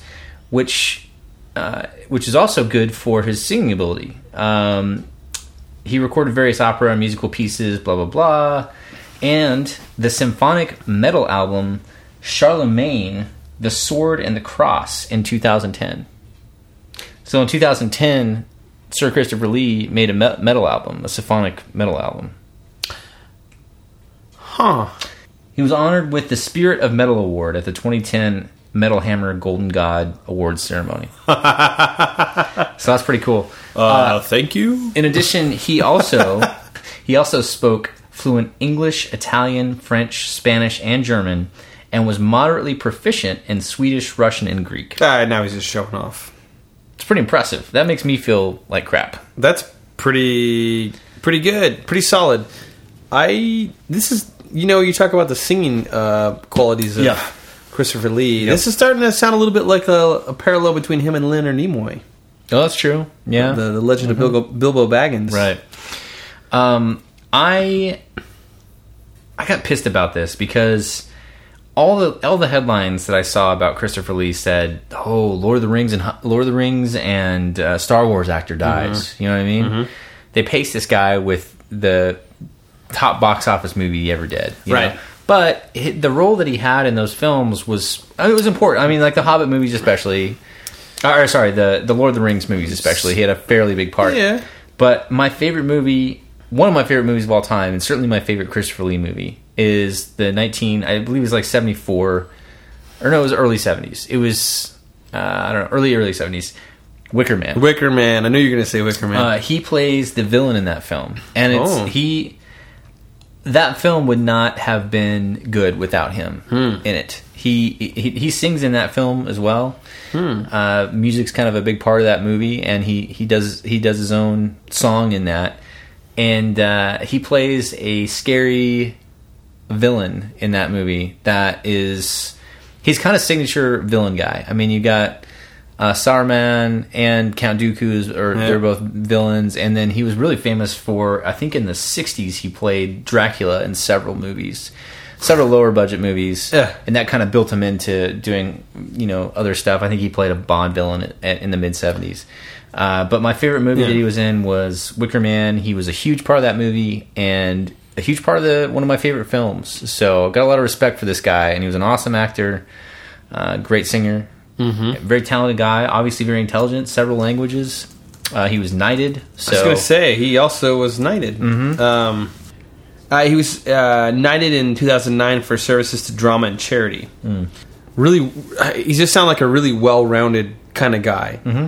A: which uh, which is also good for his singing ability. Um, he recorded various opera and musical pieces, blah blah blah, and the symphonic metal album Charlemagne: The Sword and the Cross in 2010. So in 2010, Sir Christopher Lee made a me- metal album, a symphonic metal album.
B: Huh.
A: He was honored with the Spirit of Metal Award at the 2010 Metal Hammer Golden God Awards ceremony. so that's pretty cool.
B: Uh, thank you.
A: In addition, he also he also spoke fluent English, Italian, French, Spanish, and German, and was moderately proficient in Swedish, Russian, and Greek.
B: Ah, now he's just showing off.
A: It's pretty impressive. That makes me feel like crap.
B: That's pretty pretty good. Pretty solid. I this is you know you talk about the singing uh, qualities of
A: Yeah.
B: Christopher Lee. This is starting to sound a little bit like a, a parallel between him and Leonard Nimoy,
A: Oh, that's true. Yeah, Mm-hmm.
B: the, the Legend of Bilbo, Bilbo Baggins.
A: Right. Um, I I got pissed about this because all the all the headlines that I saw about Christopher Lee said, "Oh, Lord of the Rings and Hu- Lord of the Rings and uh, Star Wars actor dies." You know what I mean? They paste this guy with the top box office movie he ever did. you
B: Right.
A: know? But hi- the role that he had in those films was I mean, it was important. I mean, like the Hobbit movies, especially. Uh, Or sorry, the the Lord of the Rings movies, especially. He had a fairly big part.
B: Yeah.
A: But my favorite movie, one of my favorite movies of all time, and certainly my favorite Christopher Lee movie, is the 19, I believe it was like 74, or no, it was early 70s. It was, uh, I don't know, early, early 70s, Wicker Man.
B: Wicker Man. I knew you were going to say Wicker Man.
A: Uh, he plays the villain in that film. And it's,
B: Oh.
A: he, that film would not have been good without him
B: Hmm.
A: in it. He, he he sings in that film as well.
B: Hmm.
A: Uh, music's kind of a big part of that movie, and he he does he does his own song in that, and uh, he plays a scary villain in that movie that is he's kind of signature villain guy. I mean, you got uh, Saruman and Count Dooku's, or
B: Yeah.
A: they're both villains, and then he was really famous for I think in the '60s he played Dracula in several movies, several lower budget movies,
B: Yeah.
A: and that kind of built him into doing you know other stuff. I think he played a Bond villain at, in the mid '70s. Uh, but my favorite movie that he was in was Wicker Man. He was a huge part of that movie and a huge part of the one of my favorite films. So got a lot of respect for this guy, and he was an awesome actor, uh, great singer,
B: Mm-hmm.
A: very talented guy. Obviously very intelligent, several languages. Uh, he was knighted. So Mm-hmm.
B: I was going to say he also was knighted. Um, uh, he was uh, knighted in 2009 for services to drama and charity.
A: Mm.
B: Really, uh, he just sounded like a really well-rounded kind of guy.
A: Mm-hmm.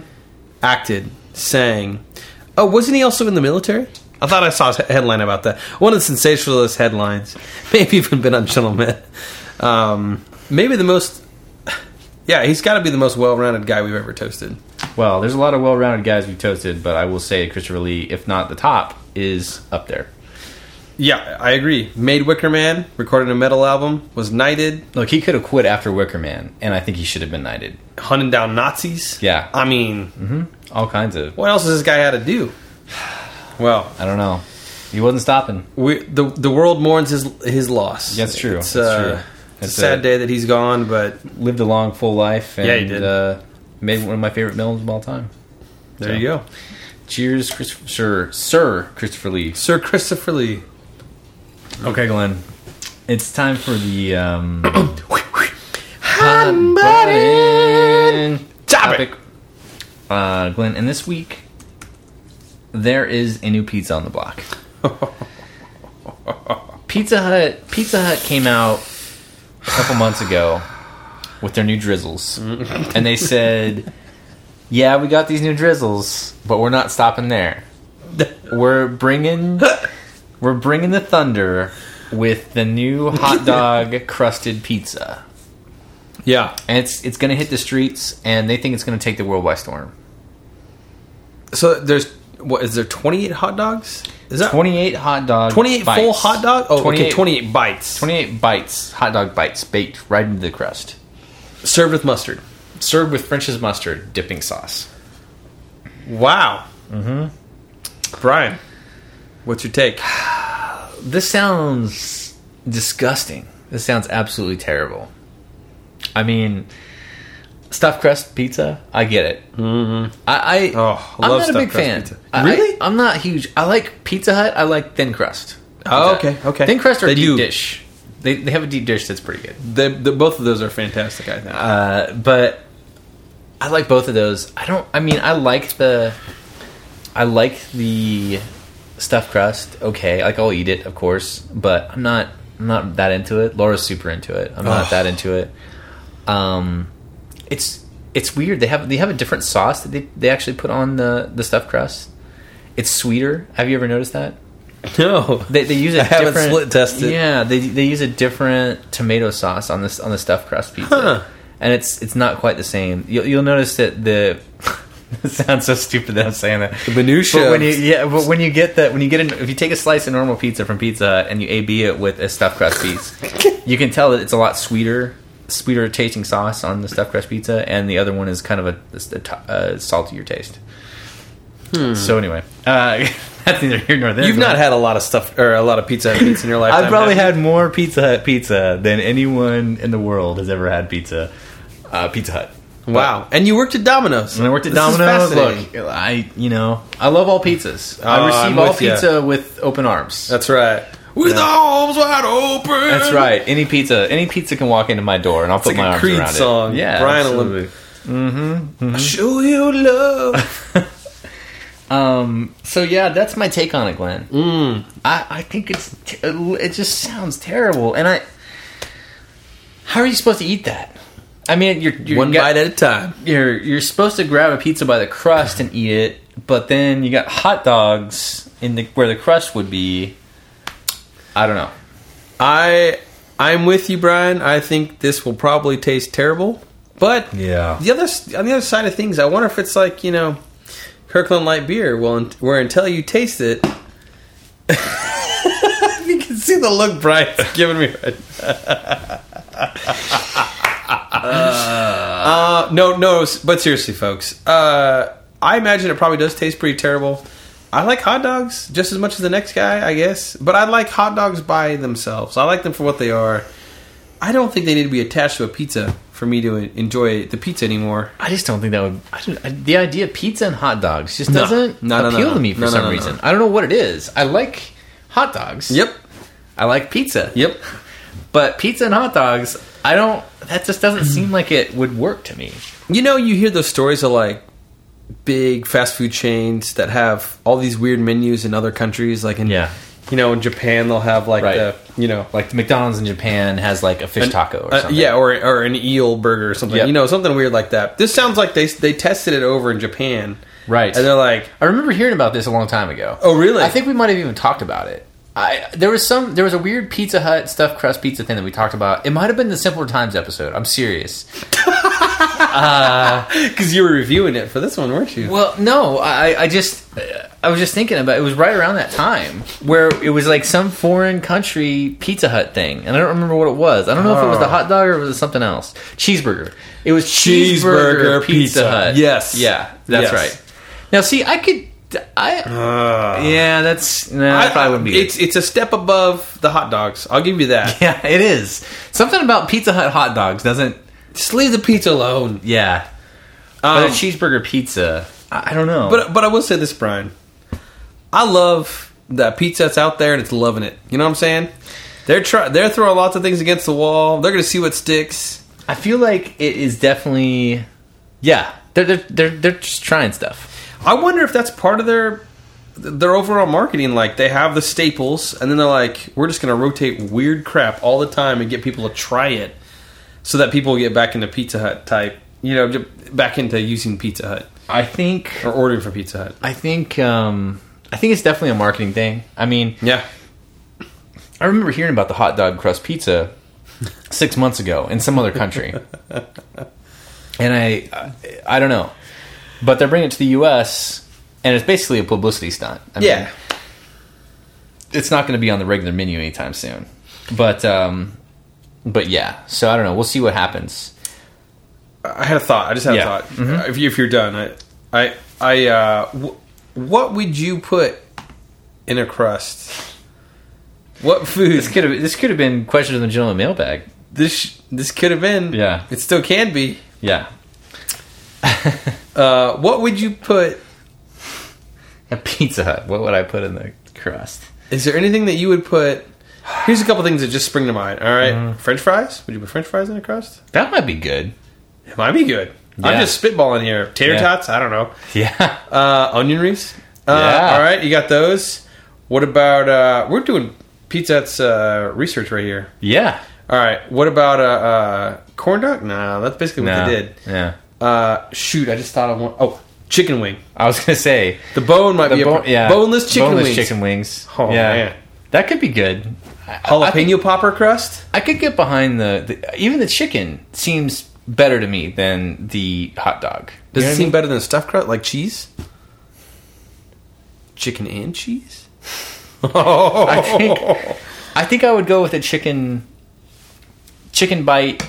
B: Acted, sang. Oh, wasn't he also in the military? I thought I saw a headline about that. One of the sensationalist headlines, maybe even been on Gentleman. Um, maybe the most. Yeah, he's got to be the most well-rounded guy we've ever toasted.
A: well, there's a lot of well-rounded guys we've toasted, but I will say Christopher Lee, if not the top, is up there.
B: Yeah, I agree. Made Wicker Man, recorded a metal album, was knighted,
A: Look, he could have quit after Wicker Man, and I think he should have been knighted.
B: hunting down Nazis.
A: Yeah. Mm-hmm.
B: I mean,
A: All kinds of.
B: what else has this guy had to do? Well,
A: I don't know. He wasn't stopping.
B: we, the the world mourns his his loss.
A: That's true.
B: It's,
A: That's
B: uh,
A: true.
B: It's
A: That's
B: a sad
A: it.
B: day that he's gone, but
A: Lived a long, full life, and
B: Yeah, he did.
A: Uh, made one of my favorite films of all time.
B: there you go.
A: Cheers, Christopher, Sir, Sir Christopher Lee.
B: Sir Christopher Lee.
A: Okay, Glenn. It's time for the um,
B: Stop
A: topic. Uh, Glenn, and this week there is a new pizza on the block. pizza Hut. Pizza Hut came out a couple months ago with their new drizzles, and they said, "Yeah, we got these new drizzles, but we're not stopping there. We're bringing, we're bringing the thunder with the new hot dog crusted pizza."
B: Yeah.
A: and it's it's going to hit the streets, and they think it's going to take the world by storm.
B: So there's what is there 28 hot dogs? Is that
A: Twenty eight hot dog,
B: 28
A: bites.
B: full hot dog? Oh,
A: 28,
B: okay, 28 bites.
A: 28 bites, hot dog bites, baked right into the crust,
B: served with mustard.
A: served with French's mustard dipping sauce.
B: Wow. Mhm. Brian, what's your take?
A: This sounds disgusting. This sounds absolutely terrible. I mean, stuffed crust pizza. I get it. Mm-hmm. I, I
B: Oh, I
A: I'm not
B: love
A: a
B: stuffed
A: big
B: crust
A: fan.
B: pizza.
A: I-
B: Really?
A: I, am not huge. I like Pizza Hut. I like thin crust.
B: Oh,
A: Pizza.
B: okay, okay.
A: Thin crust or
B: They
A: deep
B: do.
A: dish. They they have a deep dish that's pretty good.
B: They, the, both of those are fantastic, I think.
A: Uh, but I like both of those. I don't. I mean, I like the, I like the stuffed crust. Okay, like I'll eat it, of course, but I'm not. I'm not that into it. Laura's super into it. I'm not
B: Ugh.
A: that into it. Um, it's it's weird. They have they have a different sauce that they, they actually put on the the stuffed crust. It's sweeter. Have you ever noticed that?
B: no.
A: They, they use a
B: I haven't
A: different,
B: split tested.
A: Yeah, they they use a different tomato sauce on this on the stuffed crust pizza,
B: Huh.
A: and it's it's not quite the same. You'll, you'll notice that the it sounds so stupid that I'm saying that the
B: minutia
A: But when
B: of-
A: you yeah, but when you get that when you get an, if you take a slice of normal pizza from Pizza Hut and you A/B it with a stuffed crust piece, you can tell that it's a lot sweeter. Sweeter tasting sauce on the stuffed crust pizza, and the other one is kind of a, a, t- a saltier taste. So anyway, uh, that's neither here nor there.
B: Hmm. You've
A: but-
B: not had a lot of stuff or a lot of pizza Hut pizza in your life.
A: I've probably had more Pizza Hut pizza than anyone in the world has ever had pizza. Uh, pizza Hut.
B: Wow. And you worked at Domino's.
A: When I worked at
B: This is
A: Domino's,
B: fascinating.
A: look, I you know I love all pizzas.
B: Oh,
A: I receive
B: I'm
A: all
B: with ya.
A: pizza with open arms.
B: That's right. With arms wide open.
A: That's right. Any pizza, any pizza can walk into my door, and I'll put
B: It's
A: my
B: like a
A: arms
B: Creed
A: around
B: song.
A: it. Yeah,
B: Brian
A: absolutely.
B: Olympic. Mm-hmm. Show you love.
A: Um. So yeah, that's my take on it, Glenn. Mm. I I think it's t- it just sounds terrible, and I. How are you supposed to eat that? I mean, you're, you're
B: One
A: you got-
B: bite at a time.
A: you're you're supposed to grab a pizza by the crust and eat it, but then you got hot dogs in the where the crust would be. I don't know.
B: I I'm with you, Brian. I think this will probably taste terrible, but
A: Yeah.
B: The other on the other side of things, I wonder if it's like you know, Kirkland light beer. Well, where until you taste it, you can see the look Brian's giving me. Right. uh, no, no, but seriously, folks. Uh, I imagine it probably does taste pretty terrible. I like hot dogs just as much as the next guy, I guess. But I like hot dogs by themselves. I like them for what they are. I don't think they need to be attached to a pizza for me to enjoy the pizza anymore.
A: I just don't think that would. I don't, I, the idea of pizza and hot dogs just
B: No.
A: doesn't
B: No, no, no,
A: appeal
B: no.
A: to me for
B: No, no,
A: some
B: no, no.
A: reason. I don't know what it is. I like hot dogs.
B: Yep.
A: I like pizza.
B: Yep.
A: But pizza and hot dogs, I don't. That just doesn't seem like it would work to me.
B: You know, you hear those stories of like big fast food chains that have all these weird menus in other countries, like in
A: Yeah.
B: you know, in Japan they'll have like
A: Right.
B: the you know
A: Like McDonald's in Japan has like a fish taco or
B: uh,
A: something.
B: yeah, or or an eel burger or something.
A: Yep.
B: You know, something weird like that. This sounds like they they tested it over in Japan,
A: Right.
B: And they're like,
A: I remember hearing about this a long time ago.
B: Oh, really?
A: I think we might have even talked about it. I there was some there was a weird Pizza Hut stuffed crust pizza thing that we talked about. It might have been the Simpler Times episode. I'm serious.
B: because you were reviewing it for this one, weren't you?
A: Well, no, I I just I was just thinking about it. was right around that time where it was like some foreign country Pizza Hut thing, and I don't remember what it was. I don't know if it was
B: Oh.
A: the hot dog or was it something else. Cheeseburger. It was
B: Cheeseburger
A: cheeseburger, Pizza,
B: pizza.
A: Hut.
B: Yes.
A: yeah, that's
B: Yes.
A: right. Now, see, I could. I
B: Uh,
A: yeah, that's no, that probably wouldn't be. it.
B: It's it's a step above the hot dogs. I'll give you that.
A: Yeah, it is. Something about Pizza Hut hot dogs doesn't.
B: Just leave the pizza alone. Um,
A: Yeah, but a cheeseburger pizza. I, I don't know.
B: But but I will say this, Brian. I love that pizza that's out there and it's loving it. You know what I'm saying? They're try they're throwing lots of things against the wall. They're gonna see what sticks.
A: I feel like it is definitely. Yeah, they're they're they're, they're just trying stuff.
B: I wonder if that's part of their their overall marketing. Like they have the staples, and then they're like, we're just gonna rotate weird crap all the time and get people to try it, so that people get back into Pizza Hut type. You know, get back into using Pizza Hut
A: I think.
B: or ordering from Pizza Hut.
A: I think. Um, I think it's definitely a marketing thing. I mean,
B: Yeah,
A: I remember hearing about the hot dog crust pizza six months ago in some other country, and I, I, I don't know, but they're bringing it to the U.S. and it's basically a publicity stunt. I mean,
B: Yeah.
A: it's not going to be on the regular menu anytime soon. But um, but yeah, so I don't know. We'll see what happens.
B: I had a thought. I just had
A: Yeah. Mm-hmm.
B: a thought. Uh, If, you, if you're done, I, I, I, uh, w- what would you put in a crust? What food?
A: This could have this could have been question of the gentleman mailbag.
B: This this could have been.
A: Yeah.
B: It still can be.
A: Yeah,
B: Uh, what would you put?
A: a Pizza Hut. What would I put in the crust?
B: Is there anything that you would put? Here's a couple things that just spring to mind. All right.
A: Mm-hmm.
B: French fries? Would you put French fries in a crust?
A: That might be good.
B: It might be good.
A: Yeah.
B: I'm just spitballing here. Tater
A: Yeah.
B: tots? I don't know.
A: Yeah,
B: Uh, onion rings. Uh,
A: Yeah.
B: All right, you got those. What about uh, we're doing Pizza Hut's uh, research right here.
A: yeah.
B: All right, what about uh, uh, corn dog? No, that's basically what
A: No.
B: they did.
A: Yeah,
B: Uh, shoot, I just thought of one. Oh, chicken wing.
A: I was gonna say
B: The bone might
A: the
B: be a
A: bo-
B: pro-
A: yeah
B: boneless chicken
A: boneless
B: wings.
A: chicken wings.
B: Oh,
A: yeah,
B: man.
A: that could be good. I- I- I think-
B: Jalapeno popper crust.
A: I could get behind the, the even the chicken seems better to me than the hot dog.
B: Does
A: You know
B: it
A: what I
B: seem
A: mean?
B: better than stuffed crust like cheese? Chicken and cheese. Oh,
A: I think- I think I would go with a chicken chicken bite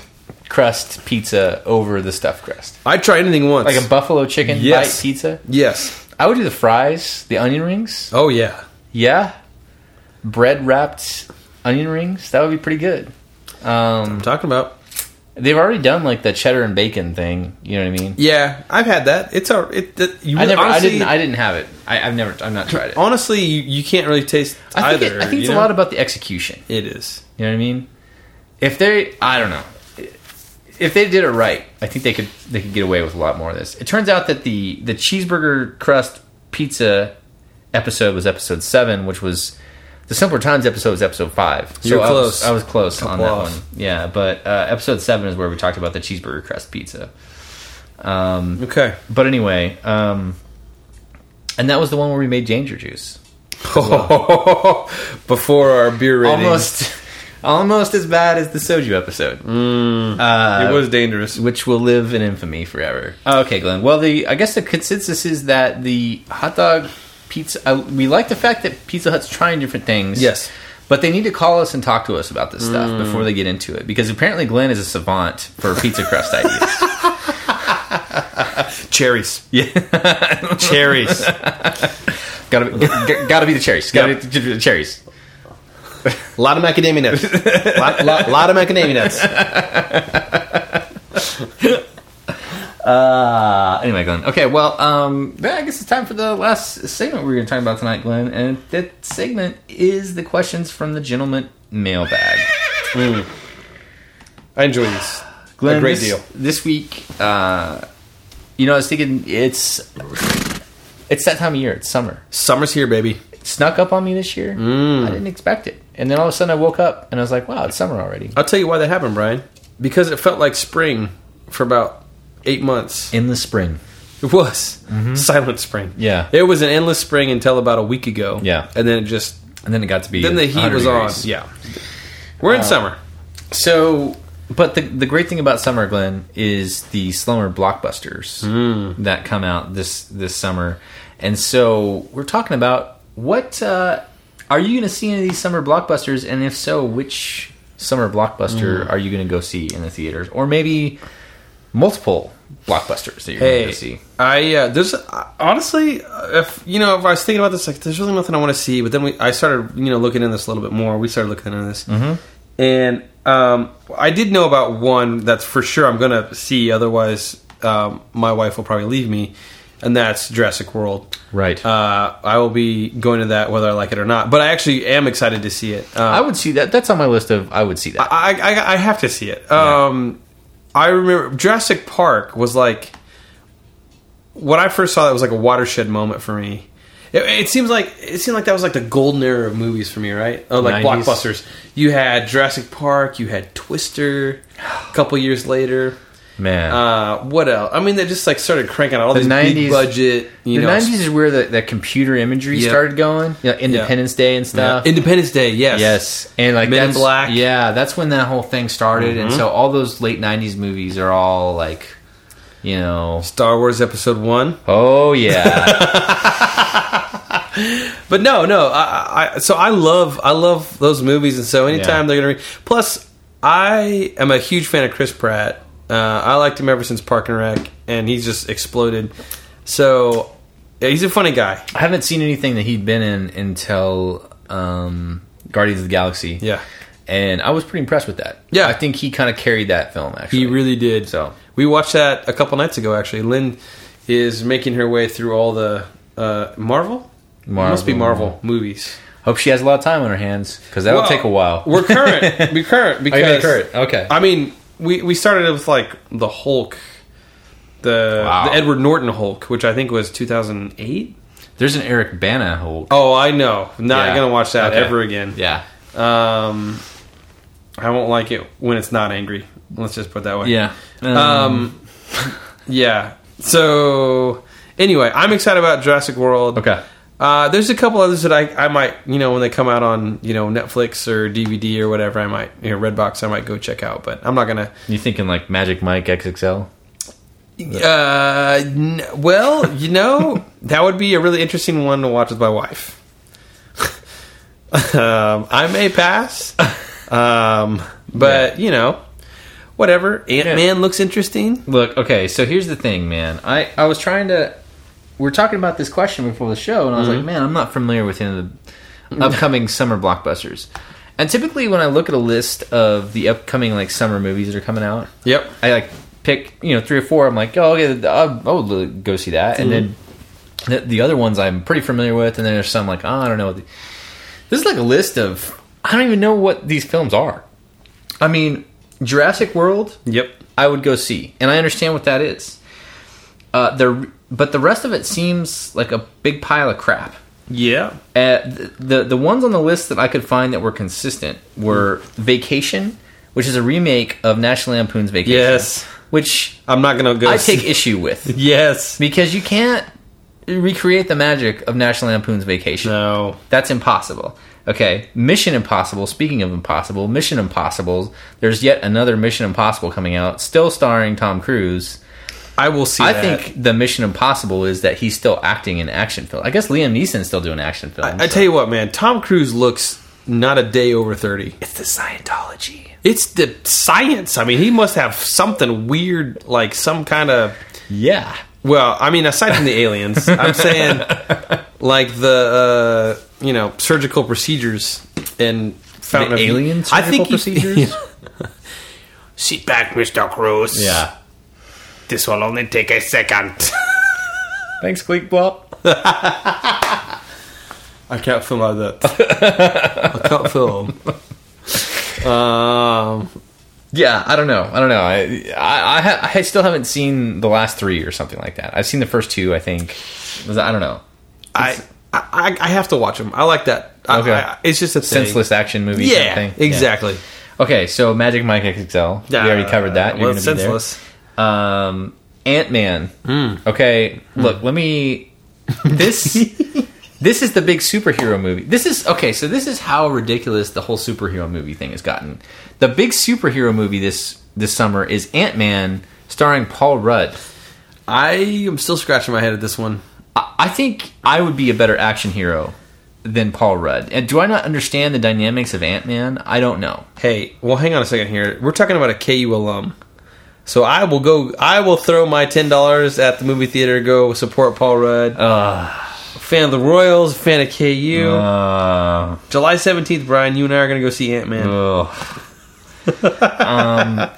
A: crust pizza over the stuffed crust.
B: I'd try anything once.
A: Like a buffalo chicken
B: Yes.
A: bite pizza.
B: yes.
A: I would do the fries, the onion rings.
B: Oh yeah.
A: Yeah. Bread wrapped onion rings. That would be pretty good.
B: I'm talking about.
A: They've already done like the cheddar and bacon thing, you know what I mean?
B: Yeah, I've had that. It's a. It, that you
A: I never
B: honestly,
A: I didn't I didn't have it. I, I've never I've not tried it.
B: honestly, you, you can't really taste
A: I think,
B: either.
A: it, I think it's
B: you
A: a lot
B: know?
A: about the execution.
B: It is.
A: You know what I mean? If they, I don't know. If they did it right, I think they could they could get away with a lot more of this. It turns out that the the cheeseburger crust pizza episode was episode seven, which was the simpler times episode was episode five. So
B: You were
A: I was-
B: close.
A: I was close on
B: Couple
A: that
B: off.
A: one. Yeah, but uh, episode seven is where we talked about the cheeseburger crust pizza. Um,
B: Okay.
A: but anyway, um, and that was the one where we made ginger juice.
B: Before our beer rating,
A: almost almost as bad as the soju episode
B: uh,
A: uh,
B: it was dangerous.
A: which will live in infamy forever Oh, okay glenn well the i guess the consensus is that the hot dog pizza I, we like the fact that pizza hut's trying different things
B: Yes. Mm.
A: but they need to call us and talk to us about this stuff before they get into it because apparently glenn is a savant for pizza crust ideas
B: Cherries,
A: yeah
B: cherries.
A: gotta be, g- gotta be the cherries gotta be the cherries
B: a lot of macadamia nuts. lot, lot, lot of macadamia nuts.
A: Uh, anyway, Glenn. Okay, well, um, yeah, I guess it's time for the last segment we're going to talk about tonight, Glenn. And that segment is the questions from the gentleman mailbag.
B: I enjoy these.
A: Glenn,
B: a great
A: this,
B: deal.
A: This week, uh, you know, I was thinking it's it's that time of year. It's summer.
B: Summer's here, baby.
A: It snuck up on me this year.
B: Mm.
A: I didn't expect it, and then all of a sudden I woke up and I was like, "Wow, it's summer already."
B: I'll tell you why that happened, Brian. Because it felt like spring for about eight months.
A: In the spring.
B: It was silent spring.
A: Mm-hmm. Yeah.
B: it was an endless spring until about a week ago.
A: Yeah.
B: and then it just
A: And then it got to be
B: then the heat
A: 100
B: was on.
A: degrees.
B: Yeah, we're in
A: Uh,
B: summer.
A: So, but the the great thing about summer, Glenn, is the slower blockbusters
B: Hmm.
A: that come out this this summer, and so we're talking about what uh, are you going to see any of these summer blockbusters, and if so, which summer
B: Hmm.
A: blockbuster are you going to go see in the theaters, or maybe multiple blockbusters that you're going to
B: Hey,
A: go see?
B: I uh, there's uh, honestly, uh, if you know, if I was thinking about this, like, there's really nothing I want to see. But then we, I started, you know, looking in this a little bit more. We started looking into this, and um, I did know about one that's for sure I'm gonna see. Otherwise, um, my wife will probably leave me, and that's Jurassic World.
A: Right.
B: Uh, I will be going to that whether I like it or not. But I actually am excited to see it. Um,
A: I would see that. That's on my list of I would see that.
B: I, I, I have to see it. Um, I remember Jurassic Park was like when I first saw that was like a watershed moment for me. It, it seems like it seemed like that was like the golden era of movies for me, right? Oh, like
A: 90s.
B: blockbusters. You had Jurassic Park, you had Twister. A couple years later,
A: Man.
B: Uh, what else? I mean, they just like started cranking out all
A: The
B: these
A: 90s
B: big budget. You
A: the
B: know,
A: 90s is where the, the computer imagery
B: Yeah.
A: started going. You know, Independence Day and
B: Yeah.
A: stuff.
B: Independence Day. Yes.
A: Yes, and like
B: Men in
A: that's-
B: Black. Mm-hmm.
A: Yeah, that's when that whole thing started, and so all those late '90s movies are all like, you know,
B: Star Wars Episode One.
A: oh yeah,
B: But no, no. I, I so I love I love those movies, and so anytime
A: Yeah.
B: they're gonna. Re- Plus, I am a huge fan of Chris Pratt. Uh, I liked him ever since Park and Rec, and he's just exploded. So yeah, he's a funny guy.
A: I haven't seen anything that he'd been in until um, Guardians of the Galaxy.
B: Yeah.
A: and I was pretty impressed with that.
B: Yeah.
A: I think he kind of carried that film. Actually,
B: He really did.
A: So.
B: we watched that a couple nights ago. Actually, Lynn is making her way through all the uh, Marvel.
A: Marvel.
B: Must be Marvel movies.
A: hope she has a lot of time on her hands because that'll
B: Well,
A: take a while.
B: We're current. We're current
A: Oh,
B: because
A: you made current. Okay.
B: I mean, we we started with like the Hulk, the,
A: Wow.
B: the Edward Norton Hulk, which I think was 2008.
A: There's an Eric Bana whole.
B: Oh, I know. Not
A: Yeah.
B: gonna watch that
A: Okay.
B: ever again.
A: Yeah.
B: Um, I won't like it when it's not angry. Let's just put it that way.
A: Yeah.
B: Um, yeah. So anyway, I'm excited about Jurassic World.
A: Okay.
B: Uh, there's a couple others that I, I might you know when they come out on you know Netflix or DVD or whatever I might you know Redbox I might go check out but I'm not gonna
A: you thinking like Magic Mike XXL?
B: Uh, n- well, you know, that would be a really interesting one to watch with my wife. um, I may pass, um, but you know, whatever. Ant Man looks interesting.
A: Look, okay, so here's the thing, man. I, I was trying to. We are talking about this question before the show, and I was like, man, I'm not familiar with any of the upcoming summer blockbusters. And typically, when I look at a list of the upcoming like summer movies that are coming out,
B: Yep.
A: I like pick you know three or four. I'm like, oh yeah, I I would li- go see that, and then the, the other ones I'm pretty familiar with, and then there's some like oh, I don't know. This is like a list of I don't even know what these films are. I mean, Jurassic World,
B: Yep.
A: I would go see, and I understand what that is. Uh, the but the rest of it seems like a big pile of crap.
B: Yeah.
A: Uh, the, the the ones on the list that I could find that were consistent were
B: Hmm.
A: Vacation, which is a remake of National Lampoon's Vacation.
B: Yes.
A: which
B: I'm not gonna go.
A: I
B: see-
A: take issue with
B: yes.
A: because you can't recreate the magic of National Lampoon's Vacation.
B: No.
A: That's impossible. Okay, Mission Impossible. Speaking of impossible, Mission Impossible. There's yet another Mission Impossible coming out, still starring Tom Cruise.
B: I will see.
A: I
B: that.
A: think the Mission Impossible is that he's still acting in action film. I guess Liam Neeson's still doing action films.
B: I tell you what, man. Tom Cruise looks not a day over thirty.
A: it's the Scientology.
B: It's the science. I mean, he must have something weird, like some kind of.
A: Yeah.
B: Well, I mean, aside from the aliens, I'm saying like the uh, you know surgical procedures and
A: The
B: fountain of youth.
A: alien
B: I think
A: surgical
B: he-
A: procedures?
C: Sit back, Mr. Cruz.
A: Yeah.
C: This will only take a second.
A: Thanks, Cleek Blop.
B: I can't film like that. I can't film. Um,
A: Yeah, I don't know. I don't know. I I I, ha- I still haven't seen the last three or something like that. I've seen the first two. I think. Was- I don't know.
B: I, I I have to watch him. I like that. I-
A: Okay.
B: I- it's just a thing.
A: Senseless action movie. kind of
B: Yeah,
A: thing.
B: exactly.
A: Yeah. Okay, so Magic Mike XXL. we already covered that. You're
B: Uh, well,
A: gonna
B: it's
A: be there.
B: senseless.
A: um, Ant Man. Okay, look, let me. This this is the big superhero movie. This is okay. So this is how ridiculous the whole superhero movie thing has gotten. The big superhero movie this this summer is Ant Man, starring Paul Rudd.
B: I am still scratching my head at this one.
A: I, I think I would be a better action hero than Paul Rudd. And do I not understand the dynamics of Ant Man? I don't know.
B: Hey, well, hang on a second here. We're talking about a KU alum. So I will go. I will throw my ten dollars at the movie theater. Go support Paul Rudd. fan of the Royals. Fan of KU.
A: Uh,
B: July seventeenth, Brian. You and I are going to go see Ant Man.
A: Ugh. um,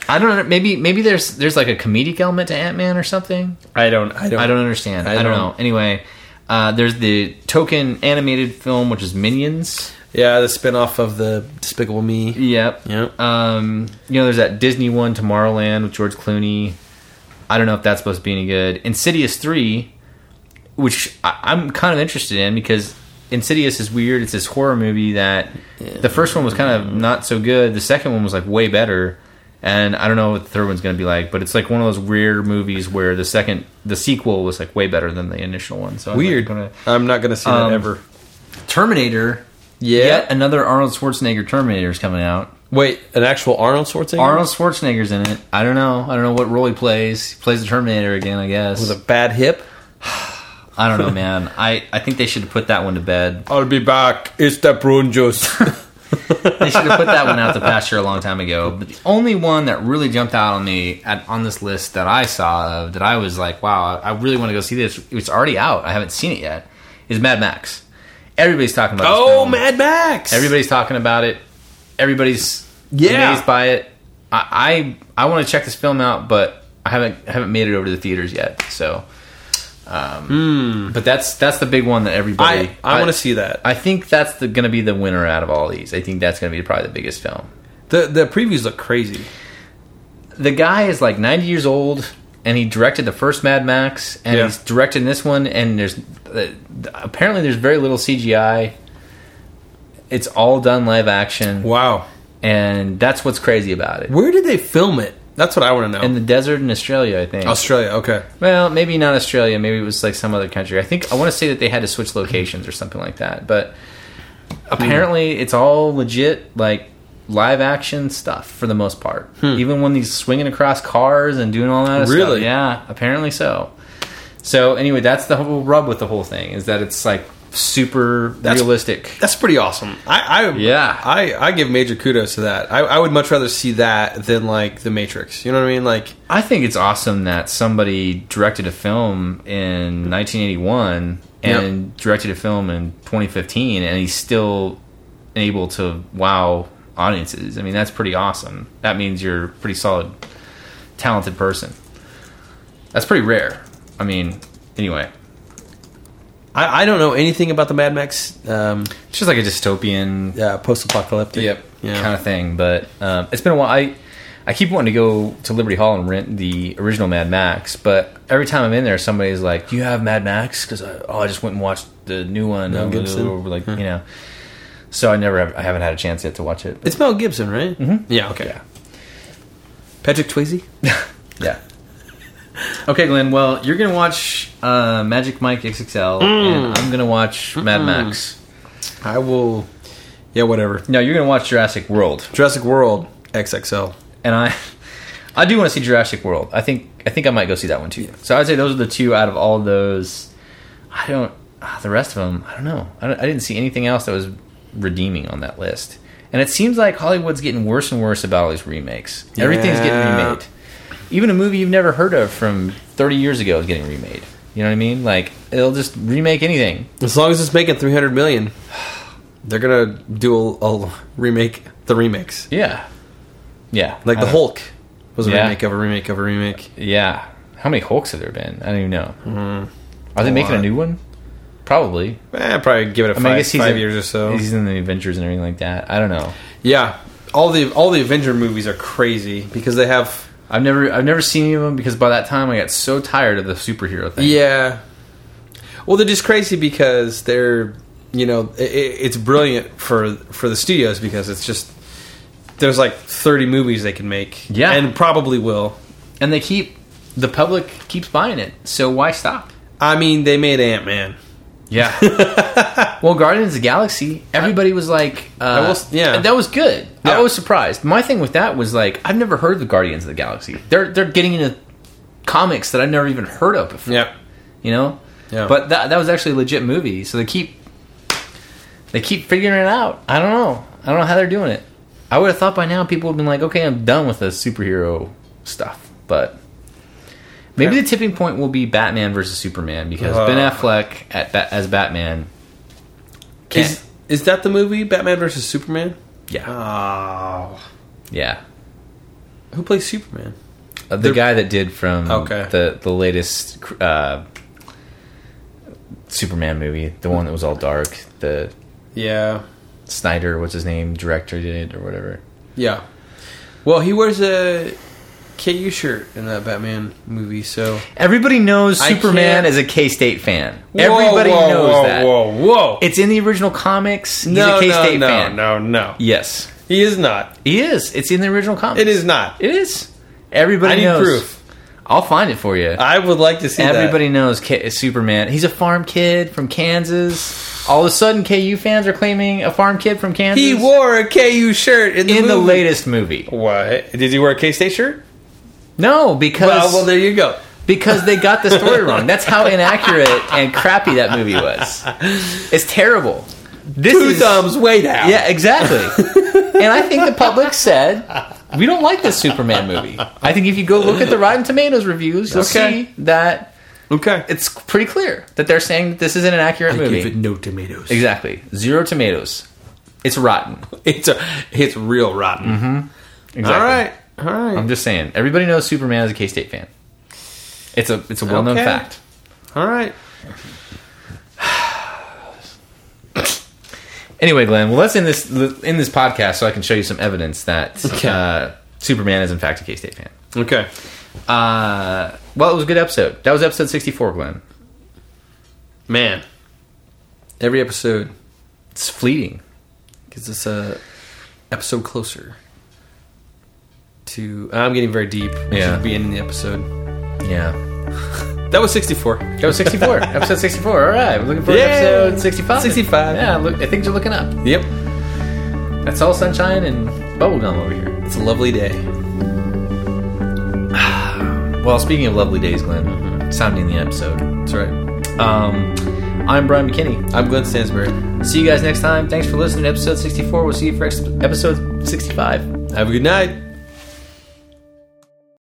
A: I don't know. Maybe maybe there's there's like a comedic element to Ant Man or something.
B: I don't. I don't.
A: I don't understand. I
B: I
A: don't,
B: don't-
A: know. Anyway, uh, there's the token animated film which is Minions.
B: Yeah, the spinoff of the Despicable Me.
A: Yep.
B: Yep.
A: Um, you know, there's that Disney one, Tomorrowland with George Clooney. I don't know if that's supposed to be any good. Insidious three, which I, I'm kind of interested in because Insidious is weird. It's this horror movie that the first one was kind of not so good. The second one was like way better, and I don't know what the third one's going to be like, but it's like one of those weird movies where the second the sequel was like way better than the initial one. So I'm not
B: Weird.
A: gonna-
B: I'm not gonna see
A: Um,
B: that ever.
A: Terminator.
B: Yeah.
A: Yet another Arnold Schwarzenegger Terminator's coming out.
B: Wait, an actual Arnold Schwarzenegger?
A: Arnold Schwarzenegger's in it. I don't know. I don't know what role he plays. He plays the Terminator again, I guess.
B: with a bad hip.
A: I don't know, man. I, I think they should have put that one to bed.
B: I'll be back. It's the prune juice.
A: They should have put that one out the pasture a long time ago. But the only one that really jumped out on me at, on this list that I saw of that I was like, wow, I really want to go see this. It's already out. I haven't seen it yet. Is Mad Max. Everybody's talking about. this
B: oh,
A: film.
B: Mad Max.
A: Everybody's talking about it. Everybody's
B: Yeah.
A: amazed by it. I I, I want to check this film out, but I haven't haven't made it over to the theaters yet. So, um, but that's that's the big one that everybody.
B: Hmm. I, I want to see that.
A: I think that's the, gonna be the winner out of all these. I think that's gonna be probably the biggest film.
B: the the previews look crazy.
A: The guy is like 90 years old, and he directed the first Mad Max, and
B: Yeah.
A: he's directing this one. And there's uh, apparently there's very little CGI. It's all done live action.
B: Wow.
A: and that's what's crazy about it.
B: Where did they film it? That's what I want to know.
A: In the desert in Australia, I think.
B: Australia. Okay.
A: well, maybe not Australia. Maybe it was like some other country. I think I want to say that they had to switch locations or something like that. But
B: Hmm.
A: apparently, it's all legit, like live action stuff for the most part. Even when he's swinging across cars and doing all that. Stuff.
B: Hmm. Really?
A: Yeah. Apparently so. So anyway, that's the whole rub with the whole thing is that it's like super realistic.
B: That's pretty awesome. I, I
A: Yeah.
B: I, I give major kudos to that. I, I would much rather see that than like The Matrix. You know what I mean? Like
A: I think it's awesome that somebody directed a film in 1981 and directed a film in 2015, and he's still able to wow audiences. I mean, that's pretty awesome. That means you're a pretty solid, talented person. That's pretty rare. I mean, anyway,
B: I, I don't know anything about the Mad Max um,
A: it's just like a dystopian
B: uh, post-apocalyptic. Yeah.
A: kind of thing. But um, it's been a while. I I keep wanting to go to Liberty Hall and rent the original Mad Max, but every time I'm in there, somebody's like, "Do you have Mad Max?" Because I, oh, I just went and watched the new one.
B: Mel
A: Uh,
B: Gibson?
A: like you know. So I never, have, I haven't had a chance yet to watch it. but-
B: It's Mel Gibson, right? Mm-hmm. Yeah. Okay.
A: Yeah.
B: Patrick Swayze.
A: yeah. Okay, Glenn. Well, you're gonna watch uh, Magic Mike XXL, and I'm gonna watch Mad Max.
B: I will. Yeah. Whatever.
A: No, you're gonna watch Jurassic World.
B: Jurassic World XXL.
A: and I I do want to see Jurassic World. I think I think I might go see that one too. So I'd say those are the two out of all those. I don't ah, the rest of them. I don't know. I, don't, I didn't see anything else that was redeeming on that list. And it seems like Hollywood's getting worse and worse about all these remakes. Everything's getting
B: Yeah.
A: remade. Even a movie you've never heard of from 30 years ago is getting remade. You know what I mean? Like it'll just remake anything.
B: As long as it's making three hundred million, they're gonna do a, a remake. The remakes,
A: Yeah. Yeah.
B: like
A: I
B: the
A: don't-
B: Hulk, was a
A: Uh, Yeah.
B: remake of a remake of a remake.
A: Yeah. How many Hulks have there been? I don't even know. Are they
B: a
A: making Mm-hmm. a
B: lot.
A: new one? Probably.
B: Eh, probably give it a
A: I
B: five,
A: mean, I guess he's
B: five
A: in-
B: years or so.
A: He's in the Avengers and everything like that. I don't know.
B: Yeah, all the all the Avenger movies are crazy because they have.
A: I've never I've never seen any of them because by that time I got so tired of the superhero thing.
B: Yeah. Well, they're just crazy because they're you know i i it's brilliant for for the studios because it's just there's like 30 movies they can make.
A: Yeah.
B: and probably will.
A: And they keep the public keeps buying it. So why stop?
B: I mean, they made Ant Man.
A: Yeah. well, Guardians of the Galaxy, everybody was like, uh,
B: will s- yeah.
A: that was good.
B: Yeah.
A: I was surprised. My thing with that was like, I've never heard of the Guardians of the Galaxy. They're they're getting into comics that I've never even heard of before.
B: Yeah,
A: you know.
B: Yeah.
A: But that that was actually a legit movie, so they keep they keep figuring it out. I don't know. I don't know how they're doing it. I would have thought by now people would have been like, okay, I'm done with the superhero stuff, but. Maybe the tipping point will be Batman versus Superman because Ben
B: Uh.
A: Affleck at Ba- as Batman. Can't,
B: is is that the movie Batman versus Superman?
A: yeah,
B: Oh,
A: yeah.
B: who plays Superman?
A: Uh, the
B: They're-
A: guy that did from
B: Okay.
A: the the latest uh, Superman movie, the one that was all dark, the
B: Yeah,
A: Snyder, what's his name, directed it or whatever.
B: yeah. Well, he wears a KU shirt in that Batman movie, so
A: Everybody knows
B: I
A: Superman
B: can't-
A: is a K State fan. Everybody
B: Whoa, whoa,
A: knows
B: whoa,
A: that.
B: Whoa, whoa!
A: It's in the original comics. He's
B: no,
A: a K State
B: no, no,
A: fan.
B: no, no.
A: Yes.
B: He is not.
A: He is. It's in the original comics.
B: It is not.
A: It is. Everybody
B: I need
A: knows.
B: proof.
A: I'll find it for you.
B: I would like to see that.
A: Everybody knows K- Superman. He's a farm kid from Kansas. All of a sudden, KU fans are claiming a farm kid from Kansas
B: He wore a KU shirt in the
A: in the
B: movie.
A: latest movie.
B: What? Did he wear a K State shirt?
A: No, because
B: Well, well, there you go.
A: because they got the story wrong. That's how inaccurate and crappy that movie was. It's terrible. This
B: Two thumbs way down.
A: Yeah, exactly. and I think the public said, we don't like this Superman movie. I think if you go look at the Rotten Tomatoes reviews, you'll
B: Okay.
A: see that
B: Okay.
A: it's pretty clear that they're saying that this is an inaccurate movie.
B: Give it no tomatoes.
A: exactly. Zero tomatoes. It's rotten.
B: It's a, it's real rotten.
A: Exactly.
B: All right. All right.
A: I'm just saying. Everybody knows Superman is a K State fan. It's a it's a well known
B: Okay.
A: fact.
B: All right.
A: Anyway, Glenn, well, let's end this in this podcast so I can show you some evidence that
B: Okay.
A: uh, Superman is in fact a K State fan.
B: Okay.
A: Uh, well, it was a good episode. That was episode 64, Glenn.
B: Man. Every episode
A: It's fleeting.
B: gets us a episode closer to. I'm getting very deep. We
A: Yeah.
B: should be ending the episode.
A: Yeah.
B: That was 64.
A: That was 64. episode 64. All right. We're looking forward
B: Yay.
A: to episode 65.
B: 65.
A: Yeah, look, things are looking up.
B: Yep.
A: That's all sunshine and bubblegum over here.
B: It's a lovely day.
A: Well, speaking of lovely days, Glenn, it's time to end the episode.
B: That's right.
A: Um, I'm Brian McKinney.
B: I'm Glenn Stansbury.
A: See you guys next time. Thanks for listening to episode 64. We'll see you for ex- episode 65.
B: Have a good night.